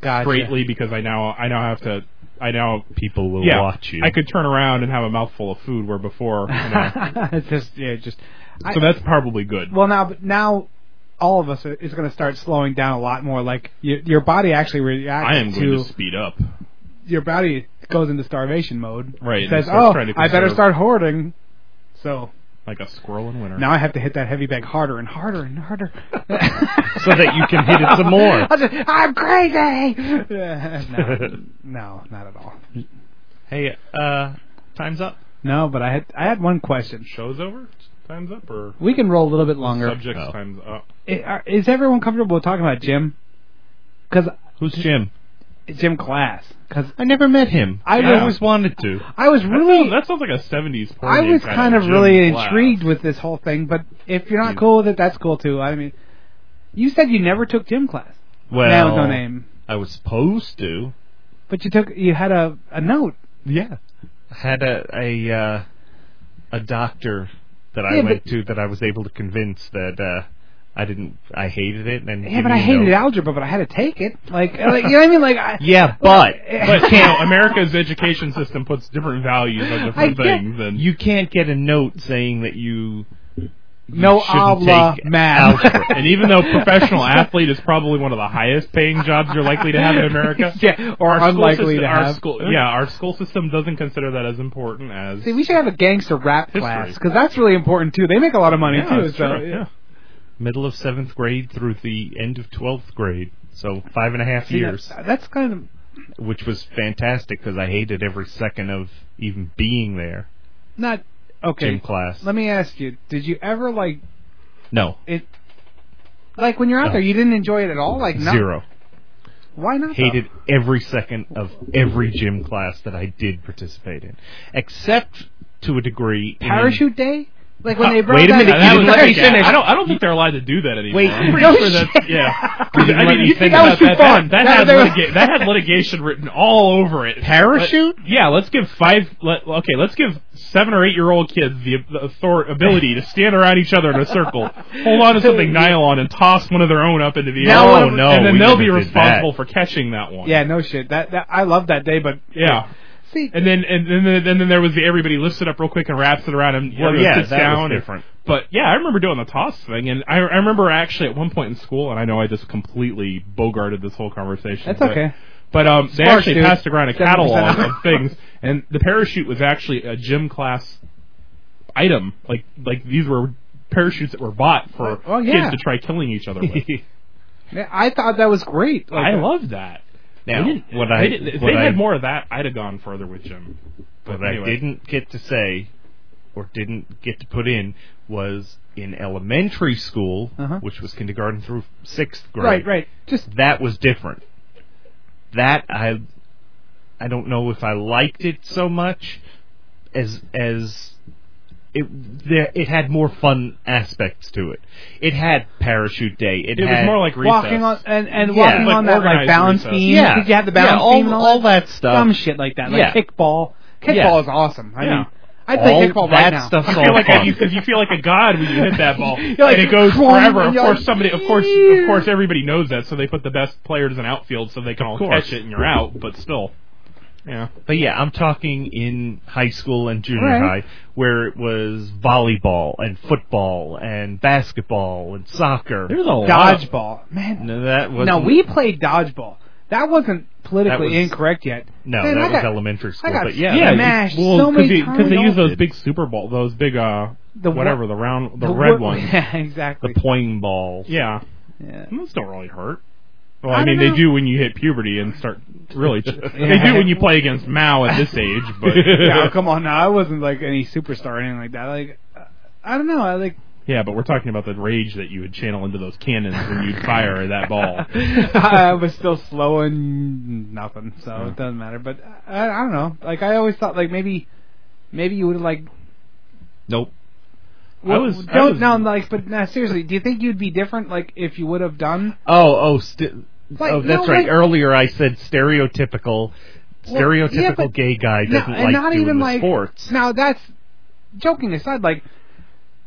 G: gotcha.
F: greatly because I now I now have to I now
H: People will
F: yeah
H: watch you.
F: I could turn around and have a mouthful of food where before you know,
G: it's just yeah, just I-
F: so that's probably good.
G: Well, now, but now, all of us are- is going to start slowing down a lot more. Like your, your body actually reacts
F: I am
G: to,
F: going to speed up.
G: your body goes into starvation mode.
F: Right,
G: It
F: and it
G: says,
F: starts
G: "Oh,
F: trying to
G: I better
F: conserve."
G: start hoarding." So
F: Like a squirrel in winter.
G: now I have to hit that heavy bag harder and harder and harder,
H: so that you can hit it some more.
G: I'll just, I'm crazy. no, no, not at all.
H: Hey, uh, time's up.
G: No, but I had I had one question.
F: Show's over. Time's up or
G: We can roll a little bit longer.
F: subjects
H: Oh.
F: time's up.
G: I- are- Is everyone comfortable talking about Jim? Because
H: Who's Jim?
G: Jim Class. Because
H: I never met him. I
G: Yeah.
H: always wanted to.
G: I was
F: That
G: really
F: sounds- that sounds like a '70s. porn
G: I
F: name
G: was
F: kinda,
G: kind of
F: Jim
G: really
F: Glass.
G: intrigued with this whole thing, but if you're not
F: Hmm.
H: You-
G: cool with it, that's cool too. I mean, you said you never took gym class.
H: Well,
G: that was no name,
H: I was supposed to.
G: but you took you had a a note.
H: Yeah, I had a a uh, a doctor that I
G: Yeah,
H: went
G: but-
H: to that I was able to convince that uh, I didn't. I hated it. And
G: Yeah, but I hated algebra, but I had to take it. Like, like you know what I mean? Like, I,
H: Yeah, but
F: But you know, America's education system puts different values on
G: I
F: different
G: get-
F: things, and
H: you can't get a note saying that you. you
G: no
H: shouldn't
G: obla
H: take
G: math.
H: algebra.
F: and even though professional athlete is probably one of the highest paying jobs you're likely to have in America,
G: yeah, or
F: our school
G: unlikely
F: system-
G: to
F: our
G: have.
F: school, yeah, our school system doesn't consider that as important as
G: See, we should have a gangster rap
F: History.
G: class because that's really important too. They make a lot of money
F: Yeah,
G: too.
F: it's
G: so
F: true, yeah.
H: middle of seventh grade through the end of twelfth grade, so five and a half
G: See,
H: years,
G: that- that's kind of
H: which was fantastic because I hated every second of even being there.
G: not okay.
H: Gym class.
G: Let me ask you: Did you ever like
H: No,
G: it like when you're out
H: No.
G: there you didn't enjoy it at all like no,
H: zero.
G: why not though?
H: Hated every second of every gym class that I did participate in, except to a degree. in-
G: parachute day Like when they
H: Uh,
G: brought
H: wait a
G: back-
H: minute,
F: That
H: you didn't
F: was
H: let me
F: like-
H: finish.
F: I don't. I don't think they're allowed to do that anymore.
H: Wait.
F: I'm pretty
G: No
F: sure that.
G: shit.
F: Yeah.
H: You didn't
F: I
H: let
F: mean,
H: me
F: you
H: finish.
F: think
H: That was
F: about
G: too
F: that.
G: fun.
F: That, that,
G: That
F: had
G: was-
F: litiga- that had litigation written all over it.
H: Parachute?
F: Let- yeah. Let's give five. Let, okay. Let's give seven or eight year old kids the, the author- ability to stand around each other in a circle, hold on to something nylon, and toss one of their own up into the
G: Now
F: air. Oh,
G: one of- No,
F: and then
H: we
F: they'll
H: never
F: be
H: did
F: responsible for catching that one.
G: Yeah, no shit. That, that I love that day, but
F: Yeah.
G: see,
F: And then and then and then, there was the everybody lifts it up real quick and wraps it around and
H: Well,
F: everyone
H: yeah,
F: sits
H: that
F: down.
H: was
F: and-
H: different.
F: but yeah, I remember doing the toss thing, and I, I remember actually at one point in school, and I know I just completely bogarted this whole conversation.
G: that's
F: but-
G: okay.
F: But um, they
G: Smart,
F: actually
G: dude.
F: passed around a
G: 70% off.
F: catalog of things, and the parachute was actually a gym class item. Like like these were parachutes that were bought for
G: Oh, yeah.
F: kids to try killing each other with.
G: Yeah, I thought that was great. Like,
F: I love that.
H: Now,
F: They didn't-
H: what
F: they
H: I
F: didn't- if
H: what
F: they
H: I,
F: had more of that, I'd have gone further with gym. But
H: what
F: anyway.
H: I didn't get to say or didn't get to put in was in elementary school,
G: Uh-huh.
H: which was kindergarten through sixth grade.
G: right, right. Just
H: That was different. That I I don't know if I liked it so much as as it there it had more fun aspects to it. It had parachute day. It,
F: It was
H: had-
F: more like recess.
G: walking on and, and
H: Yeah.
G: walking
H: Like
G: on that like
F: organized
G: balance
F: recess.
G: beam.
H: yeah,
G: Did you have the balance
H: yeah, all,
G: beam and all,
H: all that stuff.
G: Some shit like that, like
H: Yeah.
G: kickball. Kickball
H: Yeah.
G: is awesome. I
F: Yeah.
G: mean, I'd play
H: all
G: kickball
H: that
G: right now.
H: stuff's
F: feel
H: all
F: like
H: fun.
F: you, cause you feel like a god when you hit that ball,
G: You're like,
F: and it goes
G: "Whoa,"
F: forever.
G: and
F: Of
G: you're
F: course,
G: like,
F: somebody, of course, of course, everybody knows that, so they put the best players in outfield so they can all
H: course.
F: catch it and you're out. But still, yeah,
H: But yeah, I'm talking in high school and junior
G: Right.
H: high, where it was volleyball and football and basketball and soccer.
F: there's a
G: Dodgeball, man.
H: No, that was
G: Now we played dodgeball. That wasn't politically
H: That was-
G: incorrect yet.
H: no,
G: Man,
H: that
G: I
H: was
G: got-
H: elementary school.
G: got
H: But yeah,
F: Yeah,
G: Smashed
F: you- well,
G: so many
F: they,
G: times.
F: they use those
H: Did.
F: big Super Bowl, those big uh,
G: The
F: whatever
G: wo-
F: the round, the,
G: the
F: red
G: wo-
F: ones.
G: Yeah, exactly.
H: the poing ball.
F: Yeah,
G: Yeah.
F: And those don't really hurt. Well,
G: I
F: I, mean,
G: don't
F: they
G: know.
F: do when you hit puberty and start really. They do when you play against Mao at this age, but
G: yeah, oh, come on now. I wasn't like any superstar or anything like that. Like, uh, I don't know. I like.
F: Yeah, but we're talking about the rage that you would channel into those cannons when you'd fire that ball.
G: I was still slow and nothing, so
F: Hmm.
G: it doesn't matter. But I, I don't know. Like I always thought, like maybe, maybe you would like.
H: Nope.
F: I was- I
G: don't
F: was-
G: no like, but nah, seriously, do you think you'd be different like if you would have done?
H: Oh, oh, st-
G: Like,
H: oh, that's
G: no,
H: right.
G: like-
H: Earlier, I said stereotypical.
G: Well, yeah,
H: Stereotypical
G: but-
H: gay guy
G: No,
H: doesn't
G: and
H: like
G: not
H: doing
G: even
H: the
G: like
H: sports.
G: Now that's joking aside. Like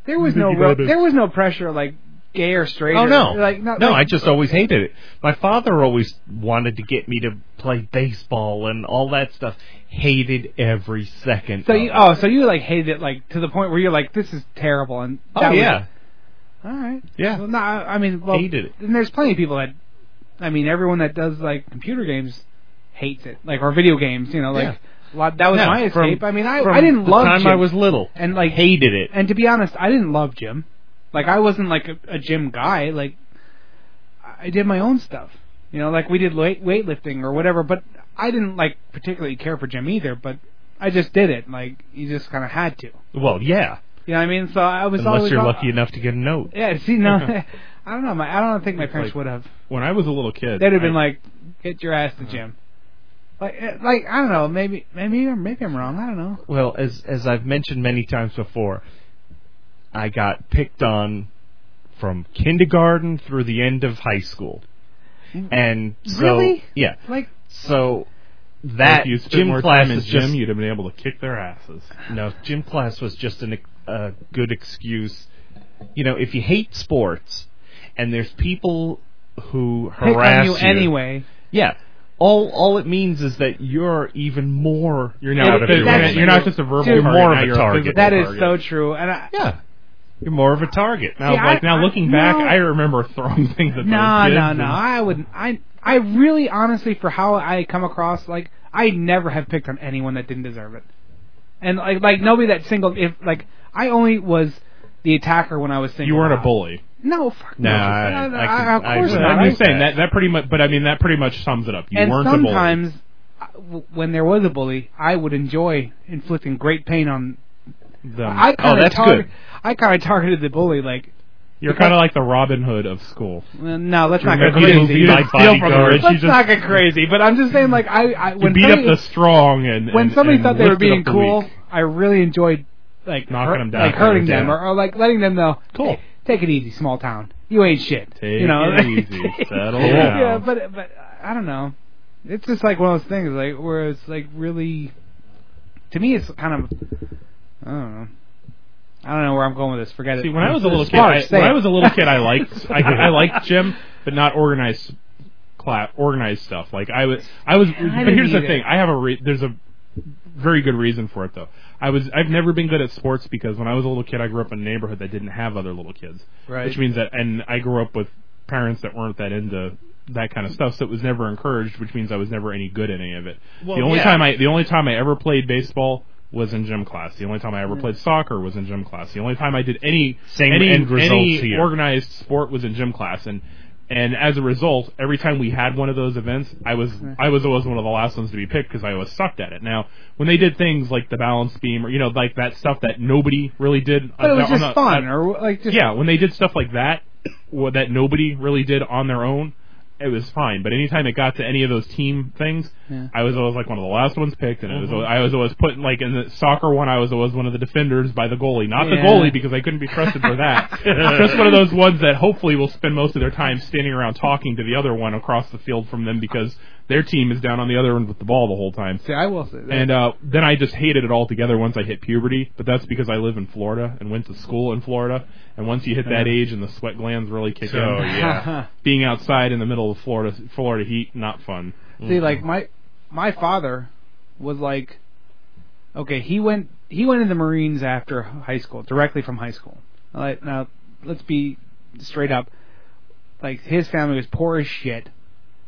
G: there was no
H: Maybe
G: real,
H: that is-
G: there was no pressure like gay or straight.
H: Oh
G: or,
H: no!
G: like not,
H: no, I
G: like,
H: just always hated it. My father always wanted to get me to play baseball and all that stuff. Hated every second.
G: So
H: of
G: you
H: it.
G: oh so you like hated it like to the point where you're like this is terrible and
H: Oh,
G: that was-
H: yeah,
G: all right
H: yeah.
G: Well, no, I I mean, well,
H: Hated it.
G: And there's plenty of people that, I mean, everyone that does like computer games hates it, like or video games. You know, like a lot, that was
H: Yeah,
G: my
H: from-
G: escape. I mean, I
H: From
G: I didn't
H: the
G: love
H: time
G: gym,
H: I was little.
G: and like
H: hated it.
G: and to be honest, I didn't love gym. Like I wasn't like a, a gym guy. Like I did my own stuff. You know, like we did weight weightlifting or whatever. But I didn't like particularly care for gym either. But I just did it. Like you just kind of had to.
H: Well, yeah.
G: You know what I mean? So I was
H: Unless
G: always
H: you're
G: all-
H: lucky enough to get a note.
G: Yeah. See, no, I don't know. My, I don't think my parents
F: like-
G: would have.
F: When I was a little kid,
G: They'd have been
F: I-
G: like, "Get your ass to
H: uh-huh.
G: gym." Like, eh, like I don't know. Maybe, maybe, maybe I'm wrong. I don't know.
H: Well, as as I've mentioned many times before, I got picked on from kindergarten through the end of high school. And so
G: Mm. Really?
H: yeah.
G: Like,
H: So
F: if
H: that
F: you spent
H: gym
F: more
H: class
F: time in
H: is
F: gym,
H: just
F: you'd have been able to kick their asses.
H: no, gym class was just an, a good excuse. You know, if you hate sports and there's people who
G: pick on
H: harass
G: you, anyway.
H: Yeah. All all it means is that you're even more
F: You're
H: out
F: not.
H: of
F: a-
H: your
G: that's-
H: way.
F: You're not just a verbal.
G: Dude,
F: target,
H: more of
F: now
H: a
F: you're
H: target.
F: physical
G: That is so
F: target.
G: true. And I,
H: Yeah. You're more of a target.
F: Now,
G: See, I-
F: like now,
G: I-
F: looking back,
G: no.
F: I remember throwing things at
G: no,
F: those kids.
G: no, no.
F: and-
G: I wouldn't. I, I really, honestly, for how I come across, like, I never have picked on anyone that didn't deserve it. And like, like nobody that singled. If like, I only was the attacker when I was single.
F: You weren't a bully.
G: No, fuck
H: No,
G: no.
H: I-
G: No,
H: I
G: I-
H: can- I-
G: of course
H: Yeah,
G: not.
F: I'm
G: I-
F: just saying that that pretty much. But I mean, that pretty much sums it up. You
G: and
F: weren't a bully.
G: sometimes uh, w- when there was a bully, I would enjoy inflicting great pain on.
F: Them.
G: I kind
H: that's good.
G: I kind of targeted the bully like,
F: You're kind of like the Robin Hood of school.
G: well, no, let's not get
H: remember the
G: crazy.
H: movie, My
F: You steal from the
H: Bodyguard?
F: rich.
H: Let's
F: You
G: Let's not
F: just
G: get crazy. But I'm just saying, like, I, I
F: You
G: when
F: beat up
G: somebody,
F: the strong and
G: when
F: and-
G: somebody
F: and
G: thought they were
F: lifted
G: being
F: up the
G: cool,
F: weak.
G: I really enjoyed like
L: Knocking
G: hurt-
L: 'em down.
G: like hurting
L: Yeah.
G: them, or, or like letting them know.
L: Cool.
G: "Hey, take it easy, small town. You ain't shit.
L: Take
G: you know,
L: it easy. Settle
G: Yeah,
L: down.
G: but but I don't know. It's just like one of those things, like where it's like really. To me, it's kind of. I don't know. I don't know where I'm going with this. Forget
L: See,
G: it.
L: when I was a
G: It's
L: little kid, I,
G: sparse,
L: when
G: say
L: I
G: it.
L: was a little kid, I liked I, I liked gym, but not organized class, organized stuff. Like I was, I was.
G: I
L: but
G: didn't
L: here's the
G: either.
L: thing: I have a re- there's a very good reason for it though. I was I've never been good at sports because when I was a little kid, I grew up in a neighborhood that didn't have other little kids,
G: Right.
L: which means that, and I grew up with parents that weren't that into that kind of stuff, so it was never encouraged, which means I was never any good at any of it.
F: Well,
L: the only
F: yeah.
L: time I the only time I ever played baseball was in gym class. The only time
G: Mm.
L: I ever played soccer was in gym class. The only time I did any
F: Same
L: any,
F: end results
L: any
F: here.
L: organized sport was in gym class and and as a result, every time we had one of those events, I was I was always one of the last ones to be picked because I always sucked at it. Now, when they did things like the balance beam or you know like that stuff that nobody really did,
G: But it
L: uh,
G: was
L: on
G: just
L: the-
G: fun, or like just
L: yeah, when they did stuff like that, well, that nobody really did on their own, it was fine. But anytime it got to any of those team things,
G: Yeah. Mm-hmm.
L: I was always like one of the last ones picked, and it was al- I was always put like in the soccer one. I was always one of the defenders by the goalie, not the
G: Yeah.
L: goalie because I couldn't be trusted for that. Just one of those ones that hopefully will spend most of their time standing around talking to the other one across the field from them because their team is down on the other end with the ball the whole time.
G: See, I will say that.
L: And uh, then I just hated it altogether once I hit puberty, but that's because I live in Florida and went to school in Florida. And once you hit that age and the sweat glands really kick in,
F: Uh-huh. So,
G: yeah.
L: being outside in the middle of Florida Florida heat not fun.
G: See, like my my father was like, okay, he went he went in the Marines after high school, directly from high school. Like, now let's be straight up. Like his family was poor as shit.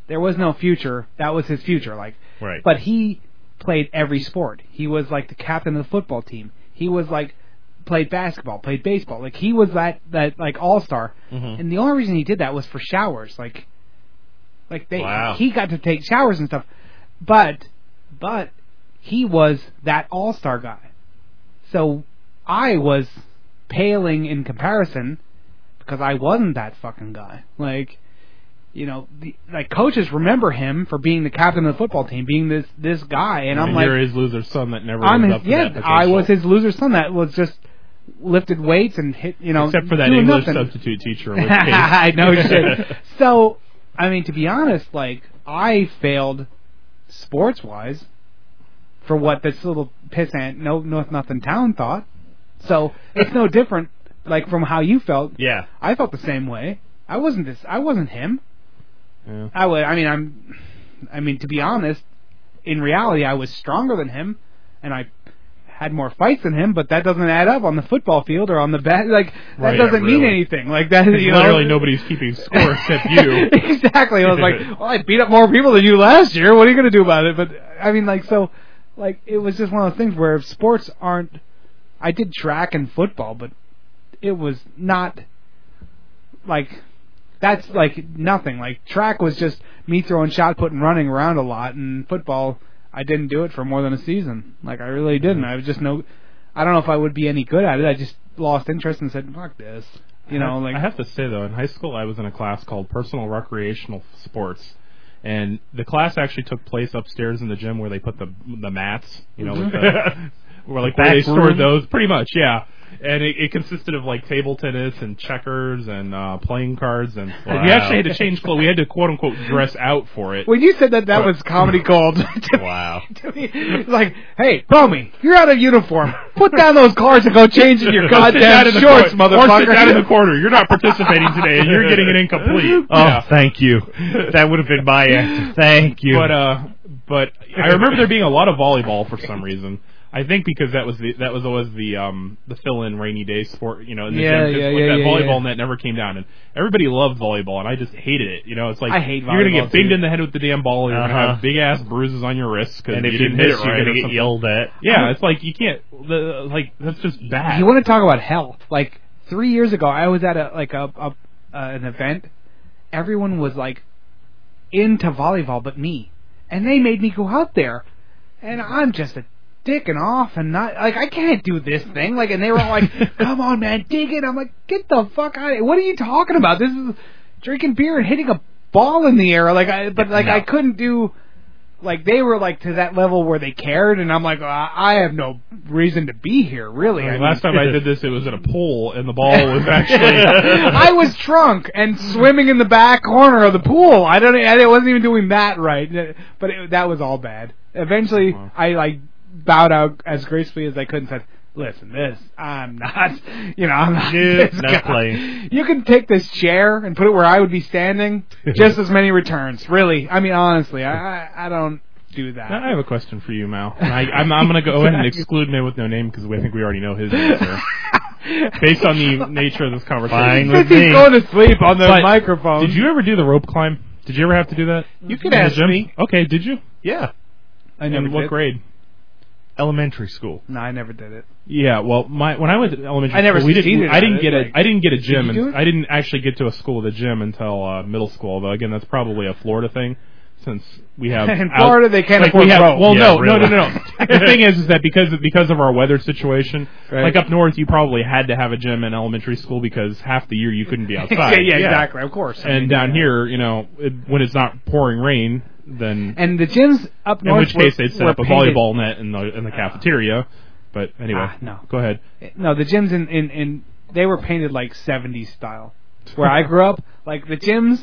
G: There was no future. That was his future. Like,
F: Right.
G: but he played every sport. He was like the captain of the football team. He was like played basketball, played baseball. Like he was that that like all star.
F: Mm-hmm.
G: And the only reason he did that was for showers. Like, like they
F: Wow.
G: he got to take showers and stuff. But but he was that all star guy. So I was paling in comparison because I wasn't that fucking guy. Like you know, the, like coaches remember him for being the captain of the football team, being this this guy, and I'm
L: and
G: like,
L: you're his loser son that never
G: I'm
L: lived
G: his,
L: up to
G: yeah,
L: that
G: I was
L: potential.
G: his loser son that was just lifted weights and hit, you know,
L: except for that
G: doing
L: English
G: nothing.
L: substitute teacher. in Which case,
G: I know shit. So, I mean, to be honest, like I failed sports wise for what this little pissant no no nothing town thought. So it's no different, like from how you felt.
F: Yeah.
G: I felt the same way. I wasn't this. I wasn't him.
L: Yeah.
G: I would. I mean, I'm. I mean, to be honest, in reality, I was stronger than him, and I had more fights than him. But that doesn't add up on the football field or on the bat. Like that
L: Right,
G: doesn't
L: yeah,
G: mean
L: really.
G: anything. Like that.
L: Because
G: You know?
L: literally nobody's keeping score except you.
G: exactly. I was like, well, I beat up more people than you last year. What are you going to do about it? But I mean, like, so, like, it was just one of those things where if sports aren't. I did track and football, but it was not like that's like nothing. Like track was just me throwing shot put and running around a lot, and football I didn't do it for more than a season. Like I really
L: Mm-hmm.
G: didn't. I was just no. I don't know if I would be any good at it. I just lost interest and said, "Fuck this," you know. Like
L: I have to say though, in high school, I was in a class called personal recreational sports, and the class actually took place upstairs in the gym where they put the the mats, you know, with Mm-hmm. the, where like where they
F: Back room?
L: stored those, pretty much, yeah. And it, it consisted of like table tennis and checkers and uh, playing cards, and we actually had to change clothes. We had to quote unquote dress out for it.
G: When you said that, that was comedy gold. to
F: Wow.
G: to me, it's like, hey, Tommy, you're out of uniform. Put down those cards and go change in your
L: Go sit down
G: goddamn
L: in the
G: shorts,
L: cor- Or sit down in the
G: motherfucker.
L: corner. You're not participating today, and you're getting it incomplete.
F: Oh,
L: Yeah.
F: thank you. That would have been my answer. Thank you.
L: But uh, but I remember there being a lot of volleyball for some reason. I think because that was the that was always the um the fill in rainy day sport, you know, in the
G: Yeah,
L: gym 'cause,
G: yeah,
L: like
G: yeah,
L: that
G: yeah,
L: volleyball
G: yeah.
L: net never came down and everybody loved volleyball and I just hated it. You know, it's like
G: I hate
L: you're gonna
G: volleyball,
L: get binged
G: too.
L: in the head with the damn ball, you're
F: Uh-huh.
L: gonna have big ass bruises on your wrists because
F: and if
L: you
F: you
L: didn't
F: miss,
L: hit it
F: you're going
L: right or
F: to get
L: something.
F: yelled at.
L: Yeah, it's like you can't the, like that's just bad.
G: You want to talk about hell? Like three years ago, I was at a like a, a uh, an event. Everyone was like into volleyball, but me, and they made me go out there, and I'm just a dick and off and not like I can't do this thing like and they were all like come on man dig it I'm like get the fuck out of here what are you talking about this is drinking beer and hitting a ball in the air like I but like I couldn't do like they were like to that level where they cared, and I'm like, I I have no reason to be here, really. I mean,
L: Last time I did this, it was in a pool, and the ball was actually.
G: I was drunk and swimming in the back corner of the pool. I don't. I wasn't even doing that right, but it, that was all bad. Eventually, I like bowed out as gracefully as I could and said, "Listen, this I'm not. You know, I'm not.
F: Nope,
G: this
F: not
G: guy.
F: playing.
G: You can take this chair and put it where I would be standing. Just as many returns, really. I mean, honestly, I I, I don't do that.
L: Now, I have a question for you, Mal. And I, I'm, I'm going to go ahead and exclude Man with No Name because I think we already know his answer. Based on the nature of this conversation.
F: Fine with
G: He's
F: me.
G: going to sleep on the
L: But
G: microphone.
L: Did you ever do the rope climb? Did you ever have to do that? You
G: could ask me.
L: Okay, did you?
F: Yeah.
G: I never
L: In what
G: did.
L: grade?
F: Elementary school.
G: No, I never did it.
L: Yeah, well, my when I went to elementary,
G: I never
L: school, we
G: succeeded
L: didn't. I
G: at
L: didn't
G: it,
L: get
G: like-
L: a. I didn't get a gym,
G: Did you
L: and
G: do it?
L: I didn't actually get to a school with a gym until uh, middle school. Though again, that's probably a Florida thing, since we have
G: In
L: out-
G: Florida, they can't
L: like,
G: afford
L: we have-
G: rope.
L: Well,
F: Yeah,
L: no, no,
F: really.
L: no, no, no. the thing is, is that because of, because of our weather situation,
G: Right.
L: like up north, you probably had to have a gym in elementary school because half the year you couldn't be
G: yeah,
L: outside.
G: yeah, exactly. Of course. I mean,
L: And uh, down
G: yeah.
L: here, you know, it, when it's not pouring rain, then
G: And the gyms up
L: in
G: north.
L: which
G: were-
L: case they'd set
G: were
L: up a
G: painted-
L: volleyball net in the in the cafeteria. But anyway,
G: Ah, no.
L: go ahead.
G: No, the gyms in, in, in they were painted like 70s style. Where I grew up, like the gyms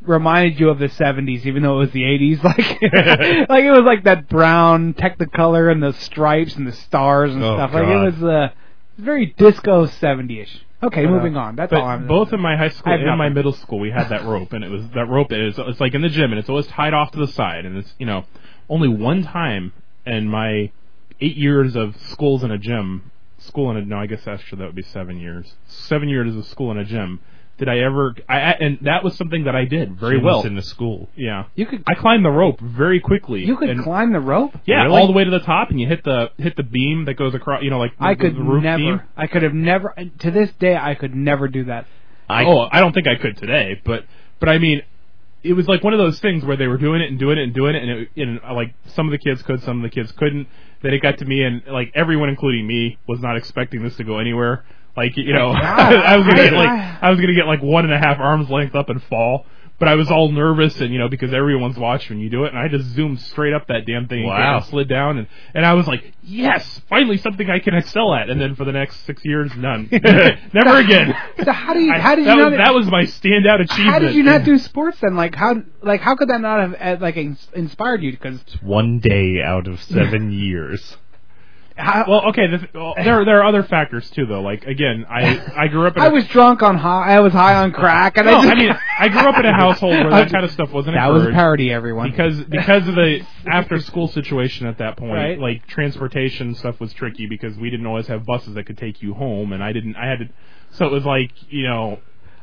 G: reminded you of the 70s, even though it was the 80s. Like, like it was like that brown Technicolor and the stripes and the stars and
F: Oh,
G: stuff. Like it was
F: God.
G: uh, very disco 70ish. Okay, moving on. That's
L: But
G: all I'm.
L: both in my high school
G: Um, I have
L: and my
G: nothing.
L: middle school, we had that rope, and it was that rope. It is it's like in the gym, and it's always tied off to the side, and it's you know only one time in my eight years of schools in a gym, school in a no, I guess actually that would be seven years, seven years of school in a gym. Did I ever? I I- and that was something that I did very
F: She
L: well.
F: was in the school.
L: yeah,
G: You could
L: I climbed the rope very quickly.
G: you could
L: and-
G: climb the rope.
L: Yeah,
F: Really?
L: all the way to the top, and you hit the hit the beam that goes across. You know, like
G: I
L: the,
G: could
L: the roof
G: never.
L: beam.
G: I could have never. To this day, I could never do that.
F: I
L: oh, I don't think I could today, but but I mean, it was like one of those things where they were doing it and doing it and doing it, and, it, and uh, like some of the kids could, some of the kids couldn't. Then it got to me, and like everyone, including me, was not expecting this to go anywhere. Like you know, I was gonna get like I was gonna get like one and a half arms length up and fall. But I was all nervous, and you know, because everyone's watching you do it, and I just zoomed straight up that damn thing and
F: Wow.
L: kinda slid down, and and I was like, yes, finally something I can excel at. And then for the next six years, none, never again.
G: So how do you?
L: I-
G: How did
L: that
G: you
L: was,
G: not?
L: that was my standout achievement.
G: How did you not do sports then? Like how like how could that not have uh, like ins- inspired you? Because
F: one day out of seven years.
L: Well, okay. The, well, there there are other factors too, though. Like again, I I grew up. In a
G: I was drunk on high. I was high on crack, and
L: No,
G: I just
L: I mean, I grew up in a household where that kind of stuff wasn't
G: that was
L: encouraged
G: a parody. Everyone
L: because because of the after school situation at that point.
G: Right.
L: Like transportation stuff was tricky because we didn't always have buses that could take you home, and I didn't. I had to. So it was like you know.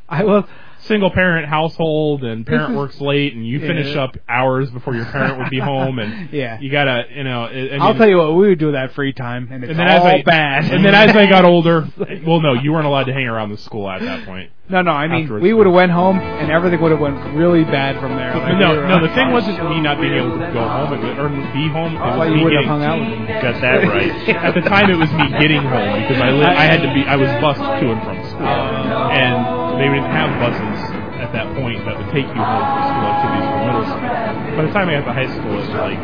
G: I was
L: Single parent household and parent
G: is-
L: works late and you
G: Yeah.
L: finish up hours before your parent would be home and
G: Yeah.
L: you gotta you know I- I
G: I'll
L: mean-
G: tell you what we would do that free time, and it's
L: and then
G: all
L: as I,
G: bad.
L: And then as I got older, well, no, you weren't allowed to hang around the school at that point.
G: no, no, I mean
L: Afterwards.
G: we would have went home, and everything would have went really bad from there.
L: But
G: Like, we
L: no,
G: were-
L: no, the thing wasn't me not being able to go home it was- or be home. It
G: That's why Oh,
L: was
G: you
L: me
G: wouldn't have hung
L: getting,
G: out with me.
F: Got that right.
L: at the time, it was me getting home because I li- I had to be I was bused to and from school,
G: Oh,
L: and they didn't have buses at that point that would take you home for school activities for middle school. By the time I got to high school, it was like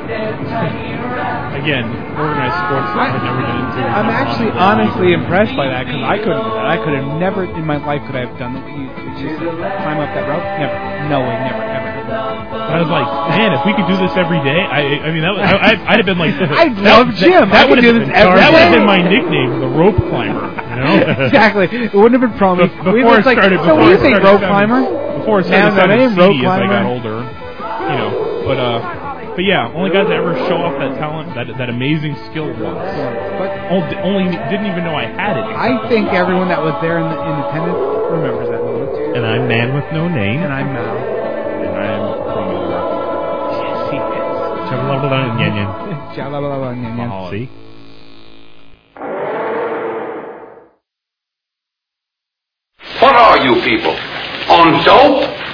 L: again organized sports that I'd never been into.
G: I'm actually honestly impressed by that because I couldn't do that. I could have never in my life could I have done what you, what you said. Climb up that rope? Never. No way. Never. Ever.
L: But I was like, man, if we could do this every day, I, I mean, that was, I, I- I'd have been like,
G: I'd
L: that-
G: love
L: that-
G: Jim. I
L: That
G: could
L: would have
G: do
L: been,
G: this every
L: that would have
G: day.
L: been my nickname, the rope climber. You know,
G: exactly. It wouldn't have been promi.
L: Be-
G: We
L: before
G: just
L: I
G: like,
L: started,
G: so what do
L: before I
G: you think, rope
L: started sounding-
G: climber?
L: Before I
G: Now that
L: started sounding
G: I am rope
L: seedy as I got
G: climber.
L: older, you know, but uh, but yeah, only guys that ever show off that talent, that that amazing skill was.
G: But
L: Only, only didn't even know I had it.
G: I think everyone that was there in, the, in attendance remembers that moment.
F: And I'm man with no name.
G: And I'm uh, Mal.
L: And I am from uh, Illinois.
F: Chabalabala-nyan-nyan.
G: Jalabalabanya.
L: Mahalo.
F: See?
B: What are you people? On dope?